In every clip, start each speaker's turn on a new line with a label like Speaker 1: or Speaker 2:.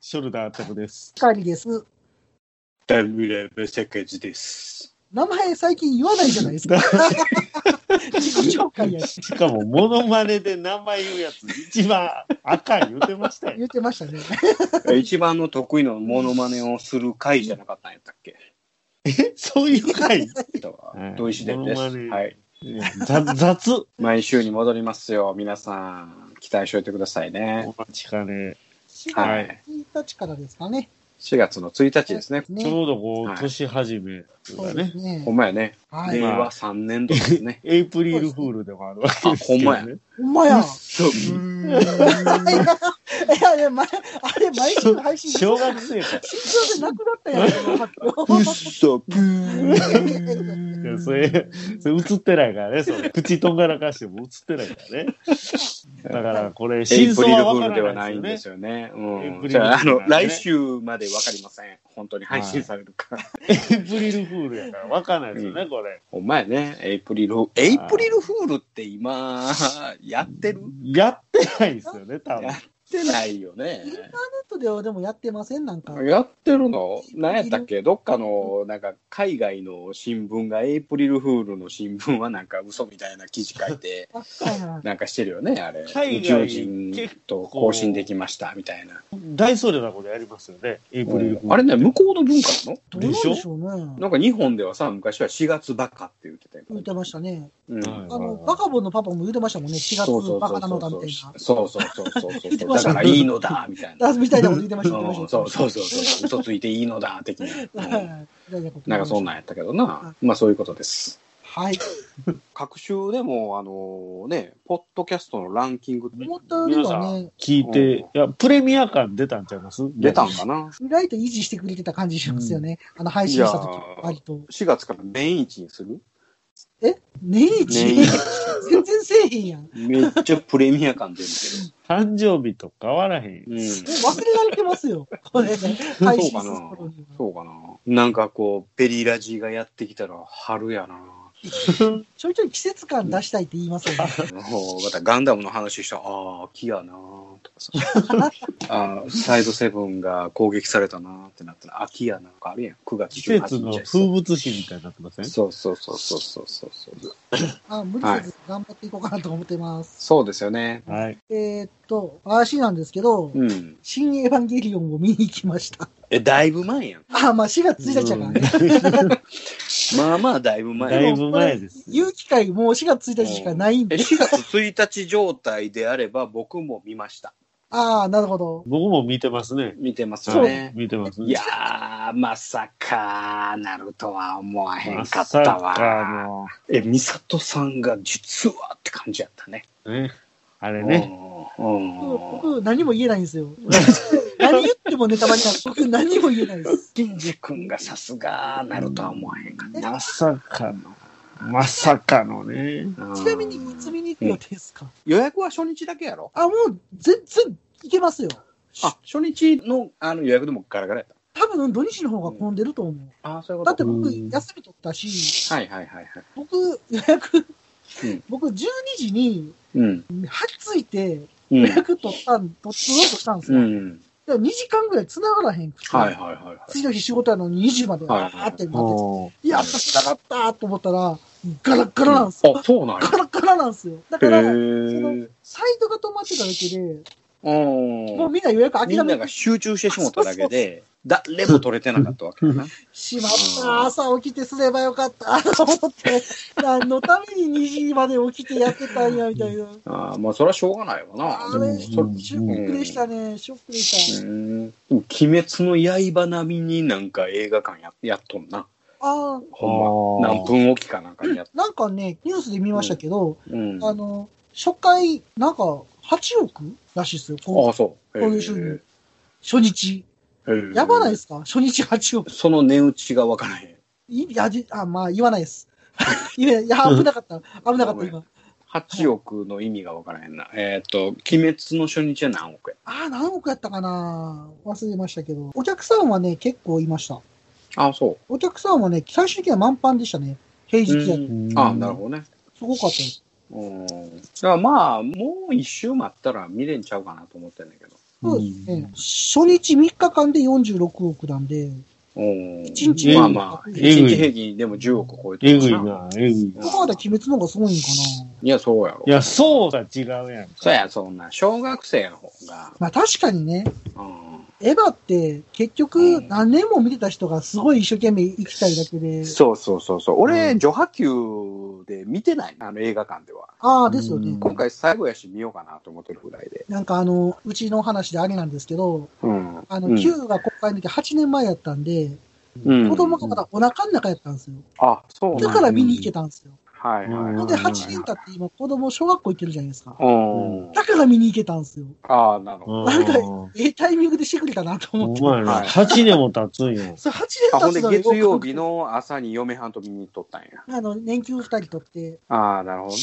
Speaker 1: ショルダータフです。
Speaker 2: 光です。
Speaker 3: ダミラムサカジです。
Speaker 2: 名前最近言わないじゃない ですか。自己紹介やし。
Speaker 1: しかも、モノマネで名前言うやつ、一番赤い言うてましたよ。
Speaker 2: 言ってましたね。
Speaker 3: 一番の得意のモノマネをする回じゃなかったんやったっけ
Speaker 1: えそういう回
Speaker 3: 人は
Speaker 1: はい
Speaker 3: 土井秀です、
Speaker 1: モノマネ
Speaker 3: はい。
Speaker 1: 雑雑。
Speaker 3: 毎週に戻りますよ。皆さん、期待しておいてくださいね。
Speaker 1: お待ちかね。
Speaker 2: 4
Speaker 3: は
Speaker 2: 月
Speaker 3: い。
Speaker 2: 1日からですかね。
Speaker 3: 4月の1日ですね。
Speaker 1: ち
Speaker 2: ね。
Speaker 1: ょうどこう、
Speaker 3: はい
Speaker 1: 年始め
Speaker 2: そう
Speaker 1: が
Speaker 2: で
Speaker 1: ね。
Speaker 2: す。ね
Speaker 3: ほ。んまやね。
Speaker 2: は
Speaker 3: 令
Speaker 2: い。
Speaker 3: 和3年度ですね
Speaker 1: エイプリルフールでもあるわけですけど、ね。
Speaker 3: あほんま
Speaker 2: ほんまや。
Speaker 3: そう。
Speaker 2: いやいや、ま、あれ、毎週配信
Speaker 1: 小学生か。
Speaker 2: すいませんなくなったやつの発
Speaker 3: うっ
Speaker 2: 表。
Speaker 3: そぷ
Speaker 1: い
Speaker 3: ー
Speaker 1: やそれ、それ映ってないからね、それ口とんがらかしても映ってないからね。だから、これ、
Speaker 3: エ
Speaker 1: 真
Speaker 3: イプ
Speaker 1: 相
Speaker 3: リル
Speaker 1: は
Speaker 3: フ
Speaker 1: わ
Speaker 3: ー
Speaker 1: か
Speaker 3: ルでは
Speaker 1: ら
Speaker 3: な
Speaker 1: ない
Speaker 3: いんで
Speaker 1: です
Speaker 3: す
Speaker 1: よね。
Speaker 3: よね。
Speaker 1: エイプリル
Speaker 3: うん。じゃあ、あの、
Speaker 1: フールなんでね
Speaker 3: 来週までわかりません。本当に配信されるか。
Speaker 1: エイプリルフールやから、わからないですよね、これ。
Speaker 3: ほんまやね。エイプリル、エイプリルフールって今、 やってる
Speaker 1: やってないですよね、多分
Speaker 3: や。ってないよね。
Speaker 2: ネットではでもやってませんなんか。
Speaker 3: やってるの何やったっけどっかの、なんか、海外の新聞が、エイプリルフールの新聞はなんか嘘みたいな記事書い て、
Speaker 2: あそうなん
Speaker 3: なんかしてるよね、あれ。
Speaker 1: 海
Speaker 3: 宇
Speaker 1: 外
Speaker 3: 宙人と交信できました、みたいな。
Speaker 1: 大それなことやりますよね、エイプリルフール。
Speaker 3: あれね、向こうの文化なの
Speaker 2: どうなんでしょうね。
Speaker 3: なんか日本ではさ、昔は4月バカって言ってたよ。
Speaker 2: 言ってましたね。
Speaker 3: うん
Speaker 1: はい
Speaker 2: あの、バカボンのパパも言ってましたもんね。4
Speaker 3: そうそ
Speaker 2: 月
Speaker 3: うそ
Speaker 2: バ
Speaker 3: う
Speaker 2: カ
Speaker 3: そう
Speaker 2: なのだみたいな。
Speaker 3: そうそうそうそうそう
Speaker 2: て
Speaker 3: そう。
Speaker 2: ま
Speaker 3: だ
Speaker 2: した
Speaker 3: からいいのだ、みたいな。
Speaker 2: あみたいなこと言ってました、言って
Speaker 3: う
Speaker 2: ま
Speaker 3: ん
Speaker 2: し た
Speaker 3: そうそうそうそう。嘘ついていいのだ、的な。うん
Speaker 2: はい
Speaker 3: なんかそんなんやったけどな。まあそういうことです。
Speaker 2: はい。
Speaker 3: 各週でも、あのね、ポッドキャストのランキング
Speaker 2: 思ったよりはね、
Speaker 1: 聞いて、
Speaker 3: うん
Speaker 1: いや、プレミア感出たんちゃいます
Speaker 3: 出たんかな
Speaker 2: 意外と維持してくれてた感じしますよね。あの、配信した時割と。
Speaker 3: ?4 月から年一にする
Speaker 2: 年一
Speaker 3: 年一
Speaker 2: 全然せえへんやん。も
Speaker 3: めっちゃプレミア感出るけ
Speaker 1: 誕生日と変わらへん。
Speaker 3: ど。うん。
Speaker 2: う忘れられてますよ。これ、配信する頃には
Speaker 3: そうかな。なんかこう、ペリラジがやってきたら春やな。
Speaker 2: ちょいちょい季節感出したいって言いますよね。
Speaker 3: もうまたガンダムの話したら、ああ、木やなーとかさ。あーサイドセブンが攻撃されたなーってなったら、秋やなとかあるやん。9月
Speaker 1: 季
Speaker 3: 18日
Speaker 1: 節の風物詩みたいになってません
Speaker 3: そうそうそうそうそうそうそう。
Speaker 2: あ無理せず頑張っていこうかなと思ってます。
Speaker 3: そうですよね。
Speaker 1: はい。
Speaker 2: えーっと、私なんですけど、
Speaker 3: うん。
Speaker 2: 新エヴァンゲリオンを見に行きました。
Speaker 3: え、だいぶ前やん。
Speaker 2: あ、まあ4月1日だからね。
Speaker 3: まあまあだいぶ前
Speaker 1: だ
Speaker 3: や
Speaker 1: い
Speaker 3: ん。
Speaker 1: ぶ前です。
Speaker 2: 言う機会もう4月1日しかないんで。
Speaker 3: え、4月1日状態であれば僕も見ました。
Speaker 2: ああ、なるほど。
Speaker 1: 僕も見てますね。
Speaker 3: 見てます
Speaker 1: は
Speaker 3: よ
Speaker 1: い
Speaker 3: ね。
Speaker 1: 見てますね。
Speaker 3: いやー、まさか、なるとは思わへ
Speaker 1: ま
Speaker 3: んか
Speaker 1: さ
Speaker 3: った
Speaker 1: か
Speaker 3: わ。
Speaker 1: の、
Speaker 3: え、美里さんが実はって感じやったね。
Speaker 1: ね。あれね。
Speaker 3: うん。うん。
Speaker 2: 僕、何も言えないんですよ。 何言ってもネタバレなんで僕、何も言えないです。
Speaker 3: 金次君がさすがなるとは思わへんかった
Speaker 1: ま。さかの、まさかのね。
Speaker 2: ちなみに、いつ見に行く予定ですか
Speaker 3: 予約は初日だけやろ
Speaker 2: あ、もう、全然行けますよ。
Speaker 3: あ、初日のあの予約でもガラガラやっ
Speaker 2: 多分、土日の方が混んでると思う。
Speaker 3: た。あ、そういう
Speaker 2: だって僕、
Speaker 1: うん
Speaker 2: 休み取ったし、
Speaker 3: はいはいはいはい。
Speaker 2: 僕、予約
Speaker 3: うん、
Speaker 2: 僕、12時に、
Speaker 3: うん。
Speaker 2: はっついて、
Speaker 3: う
Speaker 2: 予
Speaker 3: ん。
Speaker 2: 約取ったん、取ろうとしたんです
Speaker 3: う
Speaker 2: よ。
Speaker 3: ん。
Speaker 2: でも2時間ぐらい繋がらへんくて、
Speaker 3: はいはいはいはい。
Speaker 2: 次の日仕事やのに2時まで、
Speaker 3: はい
Speaker 2: あ
Speaker 3: はい
Speaker 2: ーってなってて、
Speaker 1: も
Speaker 2: いや、繋がったーと思ったら、ガラッガラなんですよ。
Speaker 3: あ、そうなんや。
Speaker 2: カラカラなんですよ。だ
Speaker 3: へ
Speaker 2: から、
Speaker 3: ー
Speaker 2: サイトが止まってただけで、
Speaker 3: うん
Speaker 2: もうみんな予約諦
Speaker 3: みん
Speaker 2: め
Speaker 3: な
Speaker 2: て
Speaker 3: が集中してしもっただけで、誰も取れてなかったわけだな。
Speaker 2: しまった。朝起きてすればよかった。と思って、何のために2時まで起きてやってたんや、みたいな。
Speaker 3: ああ、まあ、それはしょうがないわな。
Speaker 2: あ
Speaker 3: で
Speaker 2: れ、
Speaker 3: も
Speaker 2: シ
Speaker 3: そ
Speaker 2: ョ
Speaker 3: れ
Speaker 2: ックでしたね。ショックでし
Speaker 3: う
Speaker 2: た。
Speaker 3: ん、でも鬼滅の刃並みになんか映画館ややっとんな。
Speaker 2: ああ、
Speaker 3: ほんま。
Speaker 1: あー
Speaker 3: 何分おきかなんかにやっ
Speaker 2: なんかね、ニュースで見ましたけど、
Speaker 3: うん。
Speaker 2: あ
Speaker 3: あ
Speaker 2: の、初回、なんか、8億らしいですよ。こう
Speaker 3: あ、そう。。
Speaker 2: こういう収入初日。やばないですすか初日8億。
Speaker 3: その値打ちがわからへん。
Speaker 2: いや、じあ、まあ、言わないです。いや、いや危なかった。危なかった、
Speaker 3: ごめん
Speaker 2: 今。
Speaker 3: 8億の意味がわからへんな。えっ、と、鬼滅の初日は何億や
Speaker 2: ああ、何億やったかな忘れましたけど。お客さんはね、結構いました。
Speaker 3: ああ、そ
Speaker 2: お客さんはね、最終的には満帆でしたね。平
Speaker 3: う。
Speaker 2: 日や、
Speaker 3: うん
Speaker 1: う
Speaker 3: ああ、なるほどね。
Speaker 2: すごかったです。
Speaker 3: うん。だからまあ、もう一周待ったら見れんちゃうかなと思ってんだけど。
Speaker 2: そうですね。初日3日間で46億なんで、
Speaker 3: うん。
Speaker 2: 一日
Speaker 3: まあまあ、
Speaker 2: え
Speaker 3: 一
Speaker 1: ぐい
Speaker 3: 日平均でも10億超えて
Speaker 1: え
Speaker 3: る
Speaker 1: ぐ
Speaker 3: か
Speaker 1: い
Speaker 3: ら
Speaker 1: な、えぐいな。
Speaker 2: ここまで鬼滅の方がすごいんかな。
Speaker 3: いや、そうやろ
Speaker 1: い。や、そうが違うやん。
Speaker 3: そうや、そんな。小学生の方が。
Speaker 2: まあ確かにね、
Speaker 3: う
Speaker 2: エヴァって結
Speaker 3: う
Speaker 2: 局
Speaker 3: ん
Speaker 2: 何年も見てた人がすごい一生懸命生きたいだけで
Speaker 3: ん。、そうそうそうそう。俺、
Speaker 1: うん
Speaker 3: 女波球で見てない。あの映画館では。
Speaker 2: ああですよね
Speaker 1: う。ん
Speaker 3: 今回最後やし見ようかなと思ってるぐらいで。
Speaker 2: なんかあの、うちの話であれなんですけど、
Speaker 3: うん。
Speaker 2: あの、
Speaker 3: うん
Speaker 2: Q が公開の時8年前やったんで、
Speaker 3: うん
Speaker 2: 子供がまだお腹の中やったんですよ。
Speaker 3: あ、そうなん
Speaker 2: だから見に行けたんですよ。
Speaker 3: はいはい
Speaker 1: うん
Speaker 2: ほ
Speaker 3: は
Speaker 2: ん
Speaker 3: い。
Speaker 2: で8年経って今子供小学校行ってるじゃないですか。
Speaker 3: うん。
Speaker 2: だから見に行けたんですよ。
Speaker 3: ああ、なるほど。
Speaker 2: なんか
Speaker 1: うん
Speaker 2: ええタイミングでしてくれたなと思って。
Speaker 1: お前ら、
Speaker 3: はい
Speaker 1: 8年も経つんよ。
Speaker 2: それ8年
Speaker 3: あ、ほ
Speaker 2: 経
Speaker 3: ん
Speaker 2: つ
Speaker 3: で
Speaker 2: のに
Speaker 3: 月曜日の朝に嫁はんと見に行っとったんや。
Speaker 2: あの、年休2人取って。
Speaker 3: ああ、なるほどね。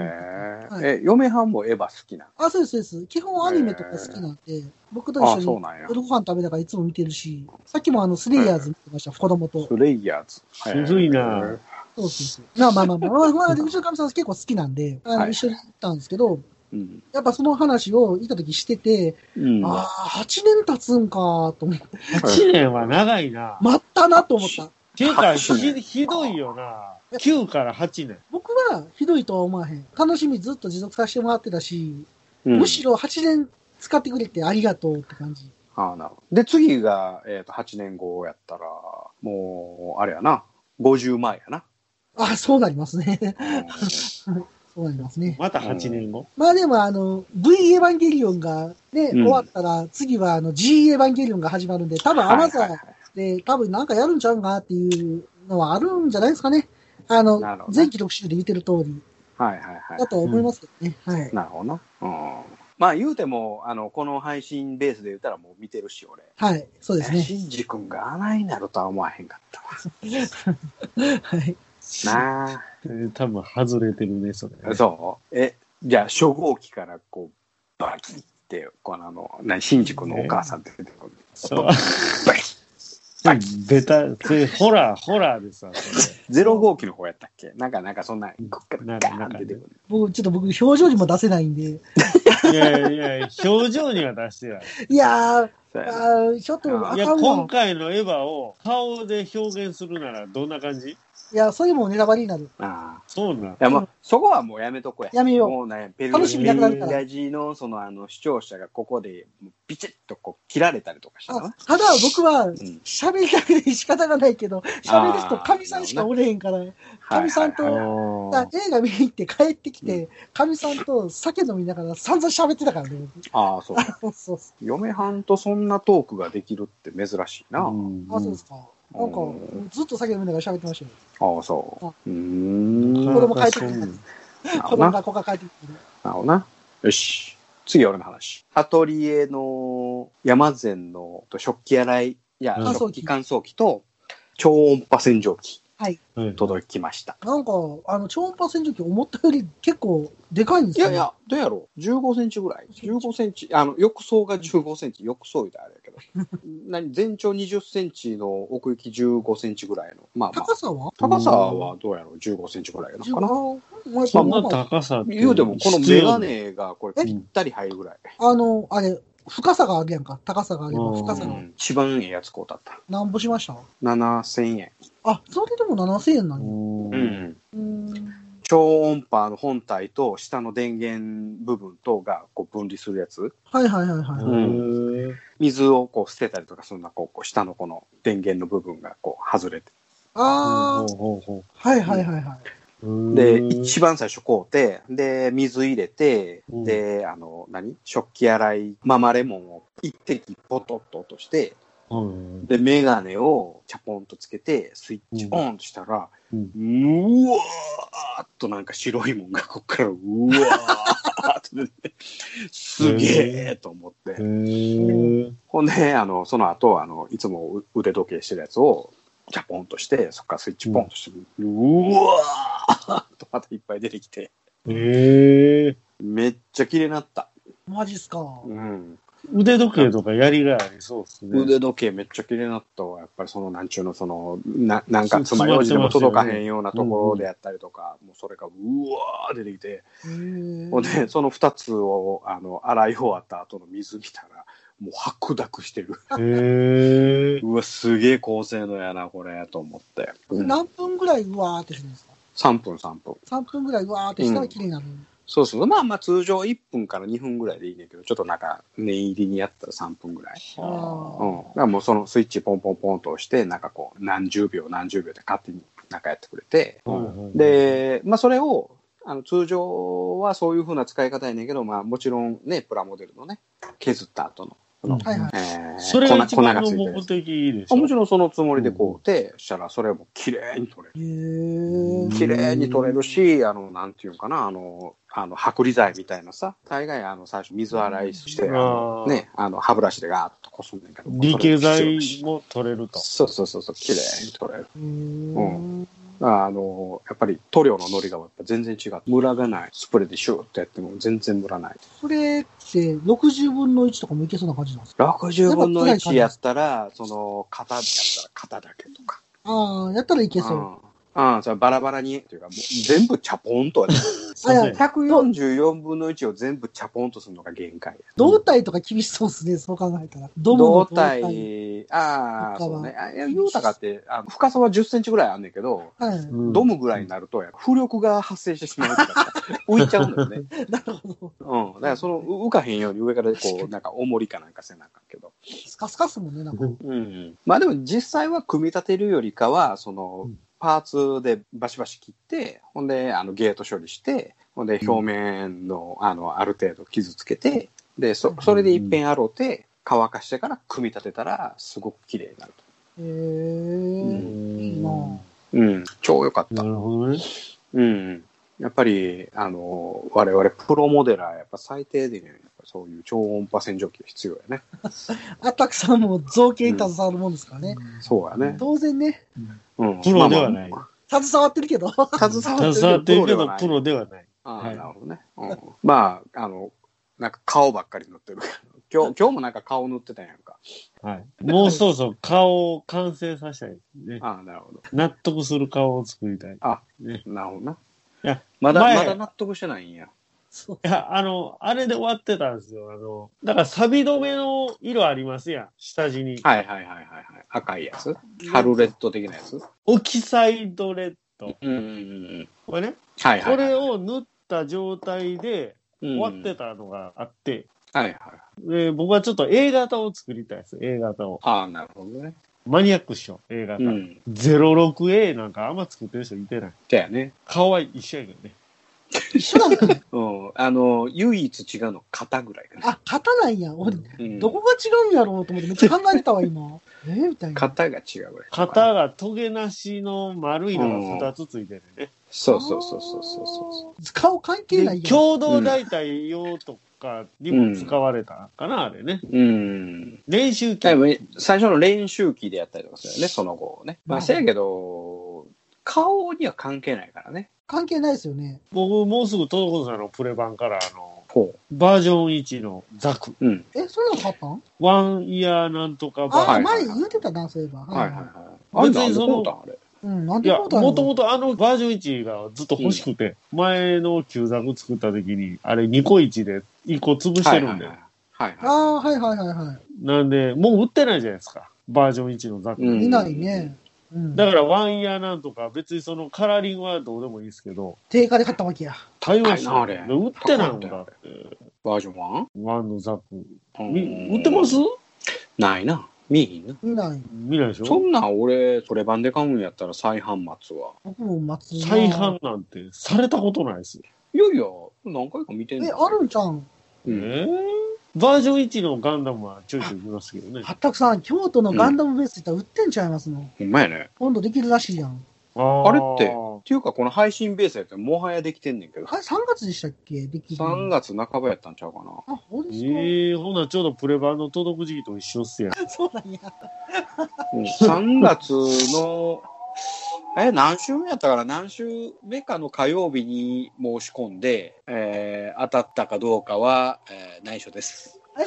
Speaker 3: へ
Speaker 2: は
Speaker 3: え。え、嫁はんもエヴァ好きな
Speaker 2: あ、そうです、そうです。基本アニメとか好きなんで、僕と
Speaker 3: の。あ
Speaker 2: 一
Speaker 3: あ、
Speaker 2: 緒
Speaker 3: そう
Speaker 2: に
Speaker 3: なんや。
Speaker 2: 夜ご飯食べながらいつも見てるし、さっきもあの、スレイヤーズ見てました、子供と。
Speaker 3: スレイヤーズ。
Speaker 1: ずるいな
Speaker 2: そうそうそう。まあまあまあまあ、まあ、まあ、うちのかみさん結構好きなんで、あ
Speaker 3: は
Speaker 2: の
Speaker 3: い
Speaker 2: 一緒に行ったんですけど、
Speaker 3: うん。
Speaker 2: やっぱその話をいた時してて、
Speaker 3: うん。
Speaker 2: ああ、8年経つんかと思って、
Speaker 1: 8年は長いな。
Speaker 2: 待ったなと思った。
Speaker 1: ていうか、
Speaker 3: 8年
Speaker 1: ひひどいよな。9から8年。
Speaker 2: 僕はひどいとは思わへん。楽しみずっと持続させてもらってたし、
Speaker 3: うん
Speaker 2: むしろ8年使ってくれてありがとうって感じ。
Speaker 3: ああ、なるほど。で、次が、えっ、と、8年後やったら、もう、あれやな。50前やな。
Speaker 2: ああ、そうなりますね。
Speaker 3: う
Speaker 2: そうなりますね。
Speaker 1: また8年後。
Speaker 2: まあでも、あの、V エヴァンゲリオンがね、
Speaker 3: うん
Speaker 2: 終わったら、次はあの G エヴァンゲリオンが 始まるんで、多分
Speaker 3: ん
Speaker 2: アマゾ
Speaker 3: は
Speaker 2: ン
Speaker 3: いはいはい
Speaker 2: で、多分なんかやるんちゃうんかなっていうのはあるんじゃないですかね。あの
Speaker 3: なる、ほどね
Speaker 2: 前期特集で言ってる通り
Speaker 3: はいはいは
Speaker 2: だとは思いますけどね。はい
Speaker 3: い。。なるほどな。うん。まあ、言うても、あの、この配信ベースで言ったらもう見てるし、俺。
Speaker 2: はい。そうですね。
Speaker 3: シンジ君があないなるとは思わへんかったわ。
Speaker 2: はい。
Speaker 3: なあ。
Speaker 1: えー多分外れてるね、それ。
Speaker 3: そうえ、じゃあ、初号機からこう、バキって、このあの、な、新宿のお母さんって出てくる。
Speaker 1: そう。
Speaker 3: バキはい
Speaker 1: ベタ、それホラー、ホラーでさ、そ
Speaker 3: ゼロ号機の方やったっけなんか、なんかそんな、こっからガーンって出てくる。
Speaker 2: 僕、ちょっと僕、表情にも出せないんで。
Speaker 1: れ。いやいやいや、表情には出してない。
Speaker 2: いやー、
Speaker 3: そうやな
Speaker 2: あーちょっとあ
Speaker 1: いや、
Speaker 2: かんわ
Speaker 1: 今。回のエヴァを顔で表現するならどんな感じ
Speaker 2: いや、それもネタバレになる。
Speaker 3: ああ
Speaker 1: そうなん
Speaker 3: い。やまあ、そこはもうやめとこや。
Speaker 2: やめよう
Speaker 3: もうね、ペル
Speaker 2: 楽しみなくなるから
Speaker 3: ラジのそのあの視聴者がここでビチッとこう切られたりとかした
Speaker 2: あ
Speaker 3: な。
Speaker 2: ただ、僕は、
Speaker 3: うん
Speaker 2: 喋りたくて仕方がないけど、喋る人、神さんしかおれへんから。かみさんと
Speaker 3: はいはいはい
Speaker 1: おー
Speaker 2: だから映画見に行って帰ってきて、かみさんと酒飲みながら散々喋ってたからね。
Speaker 3: ああ、そう。
Speaker 2: そうそう。
Speaker 3: 嫁はんとそんなトークができるって珍しいな。
Speaker 1: うん
Speaker 2: あ、そうですか。なんか
Speaker 3: う、
Speaker 2: ずっと酒飲みながら喋ってましたよ。
Speaker 3: ああ、そう。
Speaker 2: あ
Speaker 3: うーん。
Speaker 1: なか
Speaker 2: 子供
Speaker 1: な
Speaker 2: 帰っ
Speaker 1: か
Speaker 2: て
Speaker 1: そ
Speaker 2: くる
Speaker 1: んな
Speaker 3: な
Speaker 2: 子供がここから帰ってきてね。
Speaker 3: なるほどな。よし。次、俺の話。アトリエの山善の食器洗い、いや、
Speaker 1: 乾
Speaker 2: 燥機
Speaker 3: 食器乾燥機と超音波洗浄機
Speaker 1: はい
Speaker 3: 届きました。
Speaker 2: なんか、あの、超音波洗浄機思ったより結構でかいんです
Speaker 3: い
Speaker 2: よ、
Speaker 3: や
Speaker 2: ね。
Speaker 3: いや、どうやろう ?15 センチぐらい ?15 センチ。あの、浴槽が15センチ。浴槽言うたらあれやけ ど。何全長20センチの奥行き15センチぐらいの。まあまあ
Speaker 2: 高。さは
Speaker 3: 高さはどうやろう ?15 センチぐらいなのかな
Speaker 2: 15まあ
Speaker 1: そんな
Speaker 2: まあ
Speaker 1: 高さって
Speaker 3: 言うても、この
Speaker 1: 必
Speaker 3: メガ
Speaker 1: 要な
Speaker 3: ネがこれぴったり入るぐらい。
Speaker 2: あの、あれ、深さがあるやんか。高さがあれば、
Speaker 1: うん
Speaker 2: 深さ
Speaker 3: う
Speaker 2: が。
Speaker 3: ん一番ええやつこうだった。
Speaker 2: なんぼしました
Speaker 3: 7000円。
Speaker 2: あ、それでも7000円なんや。
Speaker 1: う。
Speaker 3: うんん。
Speaker 2: うーん。
Speaker 3: 超音波の本体と下の電源部分とがこう分離するやつ
Speaker 2: はいはいはいはい。
Speaker 1: うん
Speaker 3: 水をこう捨てたりとかそんなこうこう下のこの電源の部分がこう外れて
Speaker 2: あー、
Speaker 1: ほうほ
Speaker 2: はいはいはいはい。
Speaker 1: うほう
Speaker 3: で
Speaker 1: うん
Speaker 3: 一番最初買うてで水入れて
Speaker 1: うん
Speaker 3: であの何食器洗いママレモンを一滴ポトッと落として
Speaker 1: うん
Speaker 3: でメガネをチャポンとつけてスイッチオンとしたら
Speaker 1: う
Speaker 3: うんわーっとなんか白いもんがこっからうわーっと出てすげえと思って。
Speaker 1: へー
Speaker 3: ほんで、あの、その後、あの、いつもう腕時計してるやつを、チャポンとして、そっからスイッチポンとして、うわーっとまたいっぱい出てきて、
Speaker 1: へえ。
Speaker 3: めっちゃ綺麗になった。
Speaker 2: マジっすか。
Speaker 3: うん。
Speaker 1: 腕時計とか槍がありそうですね。
Speaker 3: 腕時計めっちゃ綺麗になったわ。やっぱりその、なんちゅうの、その、ななんか、
Speaker 1: つ
Speaker 3: つまようじでも
Speaker 1: 詰まって
Speaker 3: 届
Speaker 1: ますよね
Speaker 3: かへんようなところでやったりとか、もうそれが、うわー出てきて、
Speaker 2: うん
Speaker 3: ほんで、その2つを、あの、洗い終わった後の水見たら、もう白濁してる。
Speaker 1: へえ。
Speaker 3: うわ、すげえ高性能やな、これ、と思って。うん、
Speaker 2: 何分ぐらいうわーってするんですか
Speaker 3: 3分、3分。
Speaker 2: 3分ぐらいうわーってしたら綺麗になる。
Speaker 3: そうそう。まあまあ、通常1分から2分ぐらいでいいねんだけど、ちょっとなんか、念入りにやったら3分ぐらい。
Speaker 2: あ
Speaker 3: うん、だからもうそのスイッチポンポンポンと押してなんかこう何十秒何十秒って勝手になんかやってくれて、
Speaker 1: うん
Speaker 3: で、まあ、それをあの通常はそういうふうな使い方やねんけど、まあ、もちろんねプラモデルのね削った後の、
Speaker 1: うん
Speaker 2: はいはい。
Speaker 3: えー
Speaker 1: それが一
Speaker 3: 粉粉
Speaker 1: 番
Speaker 3: がつ
Speaker 1: の
Speaker 3: いてるや
Speaker 1: 目
Speaker 3: つ
Speaker 1: 的でし
Speaker 3: あ
Speaker 1: ょ。
Speaker 3: もちろんそのつもりで
Speaker 1: うん
Speaker 3: こうでしたらそれも綺麗に取れる
Speaker 2: へー
Speaker 3: 綺麗に取れるしあのなんていうんかなあのあの剥離剤みたいなさ大概あの最初水洗いして、あの
Speaker 1: あー
Speaker 3: ね、あの歯ブラシでガーッとこすんねんけど
Speaker 1: 理系
Speaker 3: それも必要だし
Speaker 1: 剤も取れると。
Speaker 3: そうそうそうそう、綺麗に取れる。
Speaker 2: うーん。
Speaker 3: あの、やっぱり塗料のノリがやっぱ全然違う。ムラがない。スプレーでシューってやっても全然ムラない。
Speaker 2: これって60分の1とかもいけそうな感じなんですか
Speaker 3: 60分の
Speaker 2: やっぱ
Speaker 3: 1やったら、その、型やったら型だけとか。
Speaker 2: ああ、やったらいけそう。
Speaker 3: うん。うん、それバラバラに、というか、もう全部チャポンとやる。
Speaker 1: すいません
Speaker 2: あいや
Speaker 3: 144分の1を全部チャポンとするのが限界や。
Speaker 2: 胴体とか厳しそうですね、そう考えたら。ドムの
Speaker 3: 胴体、ああ、そうね。あいや、ヨータカって、あの深さは10センチぐらいあんねんけど、
Speaker 2: はい。
Speaker 1: ど
Speaker 3: ドムぐらいになると、やっぱ浮力が発生してしま うから、浮いちゃうんだよね。
Speaker 2: なるほど。
Speaker 3: うん。だから、その、う浮かへんように上から、こう、なんか、重りかなんかせなあかんけど。
Speaker 2: スカスカっすもんね、なんか。
Speaker 3: うん。まあ、でも、実際は組み立てるよりかは、その
Speaker 1: うん、
Speaker 3: パーツでバシバシ切って、ほんで、あの、ゲート処理して、ほんで、表面の、あの、ある程度傷つけて、で、そ、それで一遍洗うて、乾かしてから組み立てたら、すごく綺麗になると。
Speaker 2: へえ。
Speaker 3: う
Speaker 2: いいなぁ
Speaker 3: うん。超良かった
Speaker 1: な。るほどね。
Speaker 3: うん。やっぱり、あの、我々プロモデラー、やっぱ最低限、やっぱそういう超音波洗浄機が必要やね。
Speaker 2: あたくさんも造形に携わるもんですからね。
Speaker 3: そうやね。
Speaker 2: 当然ね、
Speaker 3: うん
Speaker 1: プロではない
Speaker 3: まあま
Speaker 2: 携わってるけど。
Speaker 3: あ携わってるけど
Speaker 1: 携わってるけ
Speaker 3: プロでは
Speaker 1: ど
Speaker 3: な、い
Speaker 1: プロではない。
Speaker 3: あ
Speaker 1: は
Speaker 3: あ、
Speaker 1: い
Speaker 3: なるほどね。うんまあ、あの、なんか顔ばっかり塗ってるから。今日、今日もなんか顔塗ってたやんか。
Speaker 1: はい。もうそうそう、顔を完成させたいですね。
Speaker 3: ああ、なるほど。
Speaker 1: 納得する顔を作りたい。い
Speaker 3: なるほどな。
Speaker 1: いや
Speaker 3: まだ、
Speaker 1: 前
Speaker 3: まだ納得してないんや。
Speaker 2: そう。
Speaker 1: や、あの、あれで終わってたんですよ。あの、だから、サビ止めの色ありますやん。下地に。
Speaker 3: はいはいはいはいはい。赤いやつ春レッド的なやつ
Speaker 1: オキサイドレッド。
Speaker 3: うんうんうん。
Speaker 1: これね、
Speaker 3: はいは
Speaker 1: こ
Speaker 3: いはい。
Speaker 1: れを塗った状態で終わって
Speaker 3: て
Speaker 1: たのがあって、
Speaker 3: はいはい。
Speaker 1: で僕はちょっと A 型を作りたいです。A 型を。
Speaker 3: ああ、なるほどね。
Speaker 1: マニアックっしょ、A 型。
Speaker 3: うん。
Speaker 1: 06A なんかあんま作ってる人いてない。
Speaker 3: だよね。
Speaker 1: 顔は一緒やけどね。
Speaker 2: 一緒なんか。
Speaker 3: うん。あの、唯一違うの型ぐらいかな。
Speaker 2: あ、勝たないやん。俺、
Speaker 3: うん
Speaker 2: どこが違うんやろうと思ってめっちゃ考えてたわ、今。えーみたいな。。
Speaker 3: 型が違うぐらい。
Speaker 1: 型がトゲなしの丸いのが2つついてるね。
Speaker 3: そうそうそうそうそうそう
Speaker 2: 顔関係ない
Speaker 1: で
Speaker 2: やん。
Speaker 1: 共同代替用とかにも使われたかな、あれね。
Speaker 3: う。うん。
Speaker 1: 練習機
Speaker 3: で。も最初の練習期でやったりとかするよね、その後をね。ま
Speaker 2: う
Speaker 3: あ、
Speaker 2: ん
Speaker 3: せやけど、顔には関係ないからね。
Speaker 2: 関係ないですよね。
Speaker 1: 僕もうすぐトドコさんのプレ版からあの、
Speaker 3: ほ
Speaker 1: バージョン1のザク。
Speaker 3: う。うん。
Speaker 2: え、そんなの買ったん
Speaker 1: ワンイヤーなんとか
Speaker 2: あ、
Speaker 1: バー
Speaker 3: はい
Speaker 2: 前言うてたな、そういえば。
Speaker 3: はいはいはい。あれ
Speaker 1: 別
Speaker 3: なん
Speaker 1: に
Speaker 3: で
Speaker 1: そ
Speaker 3: こ
Speaker 1: の
Speaker 3: うたんあれ。
Speaker 2: うん、なん
Speaker 1: い
Speaker 2: て
Speaker 1: や、
Speaker 2: ことある
Speaker 1: もとも
Speaker 2: と。
Speaker 1: とあのバージョン1がずっと欲しくて、前の旧ザク作った時に、あれ2個1で1個潰してるんで、
Speaker 3: はいはいはい。
Speaker 2: ああ、はいはいはいは
Speaker 1: なんで、もう売ってないじゃないですか。バージョン1のザク。
Speaker 3: うん
Speaker 2: い。いないね。うん。
Speaker 1: だからワンイヤーなんとか、別にそのカラーリングはどうでもいいですけど、
Speaker 2: 定価で買ったわけや。
Speaker 1: 対応
Speaker 3: 高
Speaker 1: し
Speaker 3: い
Speaker 1: て
Speaker 3: なあれ
Speaker 1: で売ってないん
Speaker 3: 高いん
Speaker 1: だ
Speaker 3: だ。バージョン 1?
Speaker 1: ワンのザク。
Speaker 3: うん
Speaker 1: み売ってます
Speaker 3: ないな。見えへんな。
Speaker 2: いない。
Speaker 1: 見ないでし
Speaker 3: そ
Speaker 1: ょ
Speaker 3: んなん俺、それ版で買うんやったら再販末は。
Speaker 2: 僕も松
Speaker 1: 再販なんてされたことないですよ。
Speaker 3: いやいや、何回か見てん
Speaker 2: え、
Speaker 3: だ
Speaker 2: あるんちゃん。
Speaker 1: え
Speaker 3: うん
Speaker 1: ーバージョン1のガンダムはちょいちょい見ますけどね。
Speaker 2: 八角さん、京都のガンダムベース行ったら売ってんちゃいますの。
Speaker 3: ほんまやね。
Speaker 2: 今度できるらしいやん。
Speaker 1: あ
Speaker 3: あれって
Speaker 1: ー
Speaker 3: っていうか、この配信ベースやったらもはやできてんねんけど
Speaker 2: あ、れ、3月でしたっけできるの。
Speaker 3: 3月半ばやったんちゃうかな。
Speaker 2: あ、ほんと
Speaker 1: ええほな、ちょうどプレ版の届く時期と一緒っすやん。
Speaker 2: そうなんや。
Speaker 3: うん、3月の、え、何週目やったから、何週目かの火曜日に申し込んで、えー当たったかどうかは、えー内緒です。
Speaker 2: あれ、あ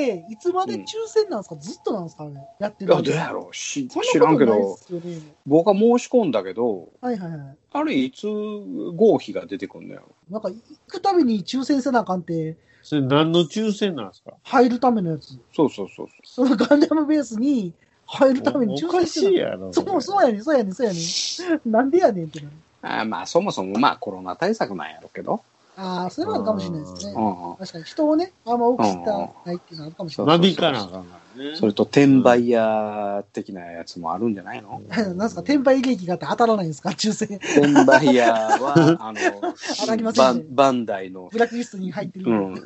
Speaker 2: れって、いつまで抽選なんですか、ずっとなんですかねやって
Speaker 3: い
Speaker 2: る
Speaker 3: や、
Speaker 2: の
Speaker 3: どうやろうし
Speaker 2: そんな
Speaker 3: 知らんけど
Speaker 2: こ、とないっすよね
Speaker 3: 僕は申し込んだけど、
Speaker 2: はいはいはい。
Speaker 3: あれ、いつ合否が出てくんだよ。
Speaker 2: なんか、行くために抽選せなあかんって、
Speaker 1: それ何の抽選なんですか
Speaker 2: 入るためのやつ。
Speaker 3: そうそうそう
Speaker 2: そ
Speaker 3: そ
Speaker 2: のガンダムベースに入るために
Speaker 1: お
Speaker 2: 抽
Speaker 1: おか
Speaker 2: 選
Speaker 1: し
Speaker 2: せ
Speaker 1: い
Speaker 2: な
Speaker 1: やろ。
Speaker 2: そこもそうやねん、そうやねん、そうやねん。なんでやねんってなる。
Speaker 3: う。あーまあ、そもそも、まあ、コロナ対策なんやろうけど。
Speaker 2: ああ、そういうのあるかもしれないです
Speaker 1: う
Speaker 2: ね
Speaker 3: う。ん。
Speaker 2: 確かに人をね、あんま多く知ったないっていうのはあるかもしれ
Speaker 3: う
Speaker 2: ない。
Speaker 1: なびかなあかんからね。
Speaker 3: それと、転売屋的なやつもあるんじゃないの
Speaker 2: なんですか、転売利益があって当たらないんですか、抽選。
Speaker 3: 転売屋は、あ
Speaker 2: 上がりま
Speaker 3: の、
Speaker 2: せ
Speaker 3: バ
Speaker 2: んね
Speaker 3: ンバンダイの、
Speaker 2: ブラックリストに入ってる。
Speaker 3: うん、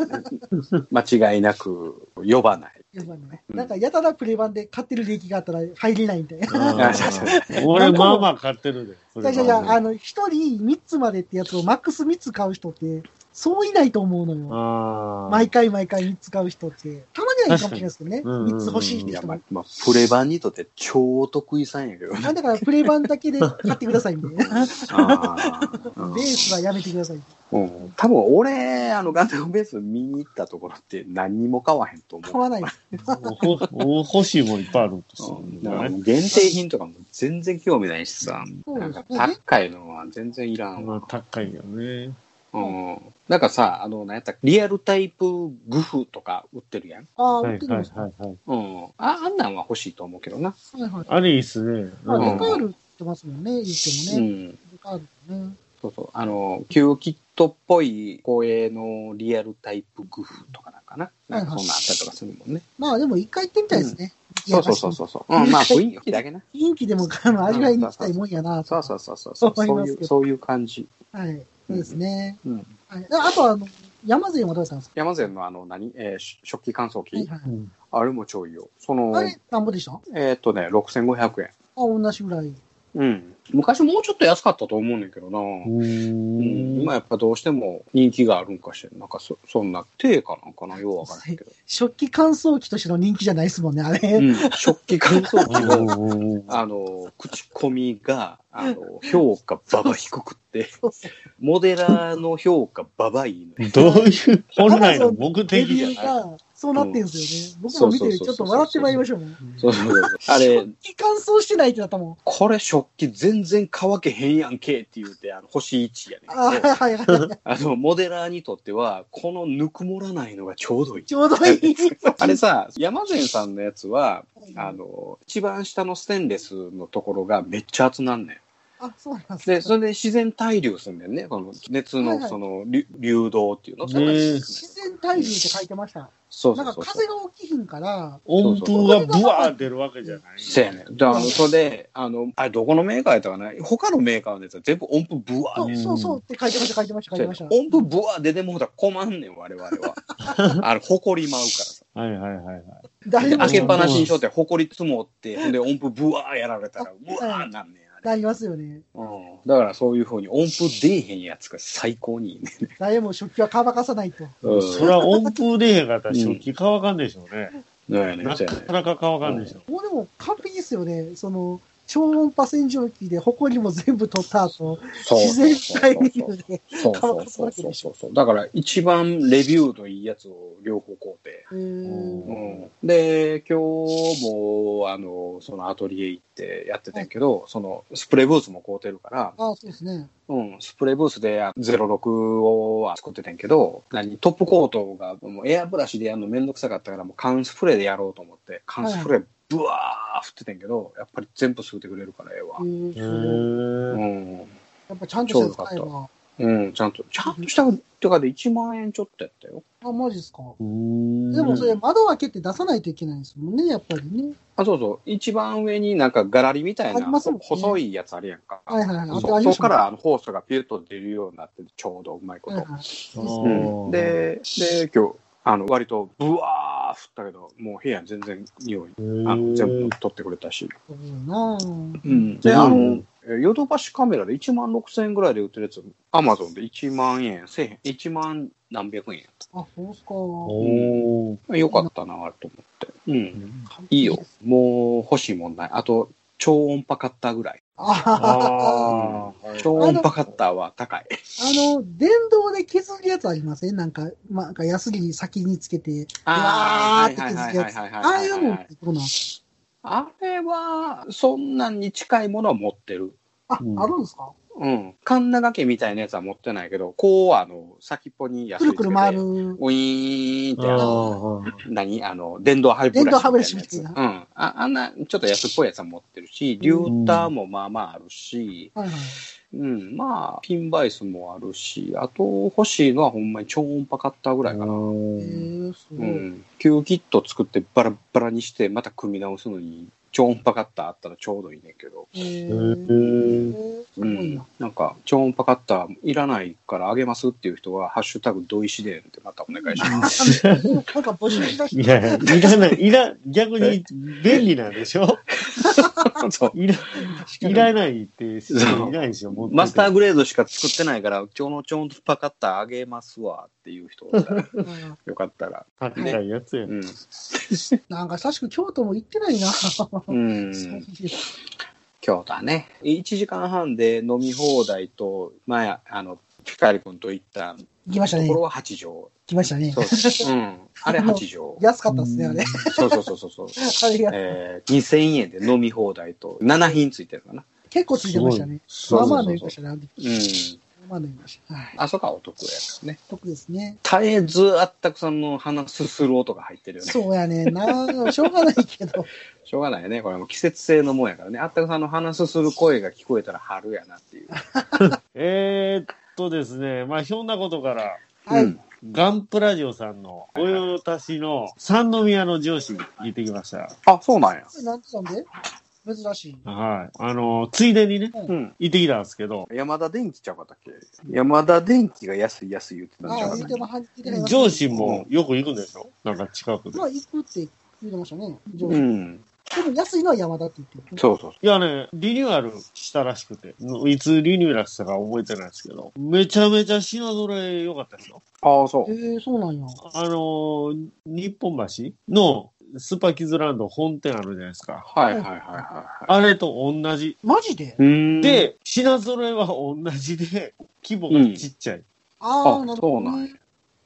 Speaker 3: 間違いなく呼ばない。
Speaker 2: 今のねなんか、やたらプレイ版で買ってる利益があったら入れないみたいな。
Speaker 1: あー俺、まあまあ買ってるで。
Speaker 2: いやいやいや、あの、一人3つまでってやつをマックス3つ買う人って、そういないと思うのよ。
Speaker 1: あ
Speaker 2: 毎回毎回3つ買う人って。たまにはいいかもしれないですけどね。
Speaker 1: うんうんうん
Speaker 2: 3つ欲しいって
Speaker 3: いや、
Speaker 2: 人
Speaker 3: ま
Speaker 2: も
Speaker 3: あ。、まあ、プレ版にとって超お得意さんやけどね。
Speaker 2: なんだからプレイ版だけで買ってくださいみたいな。
Speaker 3: あー
Speaker 2: ベースはやめてください。
Speaker 3: うん、多分俺、あの、ガンダムベース見に行ったところって何にも買わへんと思う。
Speaker 2: 買わないです。
Speaker 1: ほほ欲しいもんいっぱいあるんですよ
Speaker 3: うんだからもう限定品とかも全然興味ないしさ、
Speaker 2: そう
Speaker 3: な
Speaker 2: で
Speaker 3: ん
Speaker 2: す
Speaker 3: か
Speaker 2: ね。
Speaker 3: 高いのは全然いらん
Speaker 1: まあ
Speaker 3: わ。
Speaker 1: 高いよね。
Speaker 3: うん。なんかさ、あの、なんやったっけリアルタイプグフとか売ってるやん。
Speaker 2: ああ、
Speaker 1: は
Speaker 2: 売っ
Speaker 1: い
Speaker 2: て
Speaker 1: は
Speaker 2: る
Speaker 1: い
Speaker 2: んです
Speaker 1: はいはい。
Speaker 3: うん。あ、あんなんは欲しいと思うけどな。
Speaker 2: はいはい。
Speaker 1: あれいいっすね。
Speaker 2: まあ、
Speaker 1: うん
Speaker 2: デカール売ってますもんね、言っても
Speaker 3: う
Speaker 2: ね。
Speaker 3: ん。
Speaker 2: デカールもね。
Speaker 3: そうそう。あの、キューキットっぽい光栄のリアルタイプグフとかなんかな。なんかそんなんあったりとかするもんね。
Speaker 2: まあでも一回行ってみたいですね。い
Speaker 3: そ
Speaker 2: や
Speaker 3: うそうそうそうそう。うん、まあ雰囲気だけな。
Speaker 2: 雰囲気でもあの味わいに行きたいもんやなと。
Speaker 3: そうそうそうそう。そういう、そういう感じ。
Speaker 2: はい。そうですね。
Speaker 3: うん。
Speaker 2: はい、あとはあの、山善はどうしたんですか
Speaker 3: 山善のあの何、えーし食器乾燥機、
Speaker 2: はいはい。
Speaker 1: うん
Speaker 3: あれも超いいよ。その、
Speaker 2: あれ、なんぼでしたあ、
Speaker 3: えーっとね、6500円。
Speaker 2: 同じぐらい。
Speaker 3: うん。昔もうちょっと安かったと思うねんけどな。
Speaker 1: う
Speaker 3: うん
Speaker 1: ん。
Speaker 3: 今やっぱどうしても人気があるんかしらなんかそそんな定価なんかなようわからないけど、
Speaker 2: 食器乾燥機としての人気じゃないですもんね、あれ。
Speaker 3: うん、食器乾燥機の
Speaker 1: うん
Speaker 3: あの口コミがあの評価ババ低くって
Speaker 2: そうそう
Speaker 3: モデラーの評価ババいいのよ
Speaker 1: どういう、本来の目
Speaker 2: レ
Speaker 1: 的
Speaker 2: ビ
Speaker 1: じゃ
Speaker 2: ュー
Speaker 1: ない。
Speaker 2: がそうなってんすよね。
Speaker 3: ん
Speaker 2: 僕も見てる
Speaker 3: そう
Speaker 2: ちょ
Speaker 3: そうそうそう
Speaker 2: っと笑ってまいりましょうもん。
Speaker 3: そうそうそうあれ
Speaker 2: 食器乾燥してないってなったもん。
Speaker 3: これ食器全然乾けへんやんけって言うてあの星1やねんけど
Speaker 2: あーはいはいはい。
Speaker 3: あの、モデラーにとっては、このぬくもらないのがちょうどいい。
Speaker 2: ちょうどいい。
Speaker 3: あれさ、山善さんのやつは、あ
Speaker 2: あ
Speaker 3: の、一番下のステンレスのところがめっちゃ熱なんねん。
Speaker 2: そうなんですね
Speaker 3: で、それで自然対流すんだよね。この熱
Speaker 2: はいは
Speaker 3: の
Speaker 2: い
Speaker 3: その流流動っていうの。
Speaker 1: ね
Speaker 3: それがね
Speaker 2: 自然体重って書いてました。
Speaker 3: そう
Speaker 2: な
Speaker 3: そ
Speaker 2: んか
Speaker 3: うそう。
Speaker 2: 風が大きいんから、
Speaker 1: 音符がブワー出るわけじゃない。
Speaker 3: そうやねん。だから、それで、あの、あれ、どこのメーカーやったかな他のメーカーのやつは全部音符ブワー
Speaker 2: そ
Speaker 3: ね
Speaker 2: う
Speaker 1: ね
Speaker 2: そうそうって書いてました、書いてました、書いてました。
Speaker 3: 音符ブワー出てもうたら困んねん、我々は。 あれ、誇り舞うからさ。
Speaker 1: はいはいはいはい。
Speaker 2: 誰も
Speaker 3: 開けっぱなしにしとって、ほこり積もって、ほんで音符ブワーやられたら、うわーなんねん、あれ。
Speaker 2: なりますよね。
Speaker 3: うん。だからそういうふうに音符出えへんやつが最高にいいね。
Speaker 2: 誰も食器は乾かさないと。
Speaker 3: うん。
Speaker 1: そりゃ音符出へんかったら食器乾かんでしょうね。
Speaker 3: なんやねん、
Speaker 1: な
Speaker 3: そ
Speaker 1: か
Speaker 3: うやねん。
Speaker 1: なか乾かんでしょう。
Speaker 2: もうでも完璧ですよね。その、超音波洗浄機で埃も全部取った後、
Speaker 3: そう
Speaker 2: 自
Speaker 3: そう
Speaker 2: 然
Speaker 3: そう
Speaker 2: 体流で。
Speaker 3: そうそうそうそうそうそう。だから一番レビューのいいやつを両方買うて。
Speaker 2: えー
Speaker 3: うん、で、今日も、あの、そのアトリエ行ってやってたんやけど、そのスプレーブースも買うてるから、
Speaker 2: あそうですね。
Speaker 3: うん、スプレーブースであ06を作ってたんやけど、何、トップコートがもうエアブラシでやるのめんどくさかったから、もう缶スプレーでやろうと思って、缶スプレーブワー振ってたんやけど、やっぱり全部吸うてくれるからええわ
Speaker 2: え。ー
Speaker 1: へ
Speaker 2: そう
Speaker 1: ー
Speaker 3: うん。
Speaker 2: やっぱちゃんとしたやつ買え
Speaker 3: ちょうど
Speaker 2: ば。
Speaker 3: うん、ちゃんと、ちゃんとした、とかで1万円ちょっとやったよ。
Speaker 2: あ、マジですか。
Speaker 1: うーん
Speaker 2: でもそれ窓開けて出さないといけないですもんね、やっぱりね。
Speaker 3: あ、そうそう。一番上になんかガラリみたい
Speaker 2: あ
Speaker 3: な、
Speaker 2: りますもんね
Speaker 3: 細いやつあるやんか。
Speaker 2: はいはいはい。
Speaker 3: そ
Speaker 2: あ
Speaker 3: う
Speaker 2: とありま
Speaker 3: そこ
Speaker 2: したも
Speaker 3: か
Speaker 2: ん
Speaker 3: らあのホースがピュッと出るようになってて、ちょうどうまいこ
Speaker 2: はい
Speaker 3: と。
Speaker 2: はい
Speaker 1: あー
Speaker 3: で、で、今日、あの、割と、ブワー降ったけど、もう部屋全然匂い、
Speaker 1: へ
Speaker 3: あの全
Speaker 1: ー
Speaker 3: 部取ってくれたし。
Speaker 2: そうなぁ
Speaker 3: うん。
Speaker 1: す
Speaker 3: で、
Speaker 1: ごい
Speaker 3: あ
Speaker 1: ね
Speaker 3: の、えヨドバシカメラで1万6千円ぐらいで売ってるやつ、アマゾンで1万円、せえへん、1万何百円やっ
Speaker 2: あ、そうっすか。
Speaker 1: おー
Speaker 3: た。よかったな、と思って。うん。いいよ。もう欲しいもんない。あと、超音波カッターぐらい。
Speaker 2: ああ。
Speaker 1: ああ。
Speaker 3: 超音波カッターは高い。
Speaker 2: あの、電動で削るやつありませんなんか、まあ、なんか、ヤスリ先につけて、わーって削るやつ。ああいうのってどうなん
Speaker 3: あれは、そんなんに近いものは持ってる。
Speaker 2: あ、
Speaker 1: うん
Speaker 2: あるんですか
Speaker 3: うん。カンナ掛けみたいなやつは持ってないけど、こう、あの、先っぽに安
Speaker 2: く
Speaker 3: い
Speaker 2: るくる回る。
Speaker 3: ウィーンって、あの
Speaker 1: ああ。
Speaker 3: 何あの、電動歯ブラシ。
Speaker 2: 電動歯ブラシみたいな
Speaker 3: うん。ああんな、ちょっと安っぽいやつは持ってるし、リューターもまあまああるし、
Speaker 2: はいはい。
Speaker 3: うん、まあ、ピンバイスもあるし、あと欲しいのはほんまに超音波カッターぐらいかな。
Speaker 2: えー、す
Speaker 3: う
Speaker 2: ごい。
Speaker 3: ん。旧キット作ってバラバラにして、また組み直すのに、超音波カッターあったらちょうどいいねんけど。
Speaker 2: えー
Speaker 1: ー
Speaker 2: えーすご
Speaker 3: う
Speaker 2: い
Speaker 3: ん
Speaker 2: な。、
Speaker 3: なんか超音波カッターいらないからあげますっていう人は「ハッシュタグ同意しでん」ってまたお願いします。
Speaker 2: なんか募集しだ し
Speaker 1: いやいや、いらない、いら、逆に便利なんでし ょ
Speaker 3: そう
Speaker 1: いら、いらないって人いないでしょ持ってて
Speaker 3: マスターグレードしか作ってないから「超の超音波カッターあげますわ」っていう人だったら
Speaker 2: たな。
Speaker 3: よかった ら。
Speaker 1: 高いやつやん
Speaker 3: うん、
Speaker 2: なんか、久しく京都も行ってないな。
Speaker 3: うん、
Speaker 2: そうです
Speaker 3: 京都はね1時間半で飲み放題と前あのピカリ君と行ったと
Speaker 2: 行きましたね
Speaker 3: こ。ろは8畳。
Speaker 2: 来ましたね。
Speaker 3: そうです、うん、あれ8畳。
Speaker 2: 安かったですね、あれ。
Speaker 3: そうそうそうそうそう。
Speaker 2: あれが
Speaker 3: えー、2000円で飲み放題と7品ついてるかな。
Speaker 2: 結構ついてましたね。
Speaker 1: す
Speaker 2: ま
Speaker 1: ご
Speaker 2: あ
Speaker 1: い
Speaker 2: まあ飲みましたね。あの時
Speaker 3: うん。
Speaker 2: まあ飲みました。はい。
Speaker 3: あそこはお得やからね。
Speaker 2: 得ですね。
Speaker 3: 絶えずあったくさんの鼻すする音が入ってるよね。
Speaker 2: そうやね。なあ、しょうがないけど。
Speaker 3: しょうがないよね。これも季節性のもんやからね。あったくさんの鼻すする声が聞こえたら春やなっていう。
Speaker 1: えーっとですね、まあ、ひょんなことから、
Speaker 2: はい。
Speaker 3: うん
Speaker 1: ガンプラジオさんの御用達の三宮の上司に行ってきました。
Speaker 3: あ、そうなんや。
Speaker 2: なんでなんで珍しい。
Speaker 1: はい。あの、ついでにね、
Speaker 3: うん。
Speaker 1: 行ってきたんですけど、
Speaker 3: 山田電機ちゃうかったっけ山田電機が安い安い言ってたんちゃ
Speaker 2: あ
Speaker 3: う
Speaker 2: あ、
Speaker 3: か
Speaker 2: 言う
Speaker 3: ったってけ
Speaker 2: ま入ってない
Speaker 1: 上司もよく行くんでしょなんか近くで
Speaker 2: ま。あ、行くって言ってましたね。上
Speaker 3: う
Speaker 2: 司。
Speaker 3: ん。
Speaker 2: でも安いのは山田って言ってる。
Speaker 3: そうそうそ
Speaker 1: いやね、リニューアルしたらしくて、いつリニューアルしたか覚えてないですけど、めちゃめちゃ品揃え良かったですよ。
Speaker 3: う。ああ、そう。
Speaker 2: ええそうなんや。
Speaker 1: あのー日本橋のスパキズランド本店あるじゃないですか。
Speaker 3: はいはいはいはいは
Speaker 1: あれと同じ。
Speaker 2: マジで
Speaker 3: い。うーん、
Speaker 1: で、品揃えは同じで、規模がちっちゃい。
Speaker 2: ああ、
Speaker 3: あ
Speaker 2: なる
Speaker 3: そ
Speaker 2: ほ
Speaker 3: う
Speaker 2: ど
Speaker 3: なん
Speaker 2: ね
Speaker 3: や。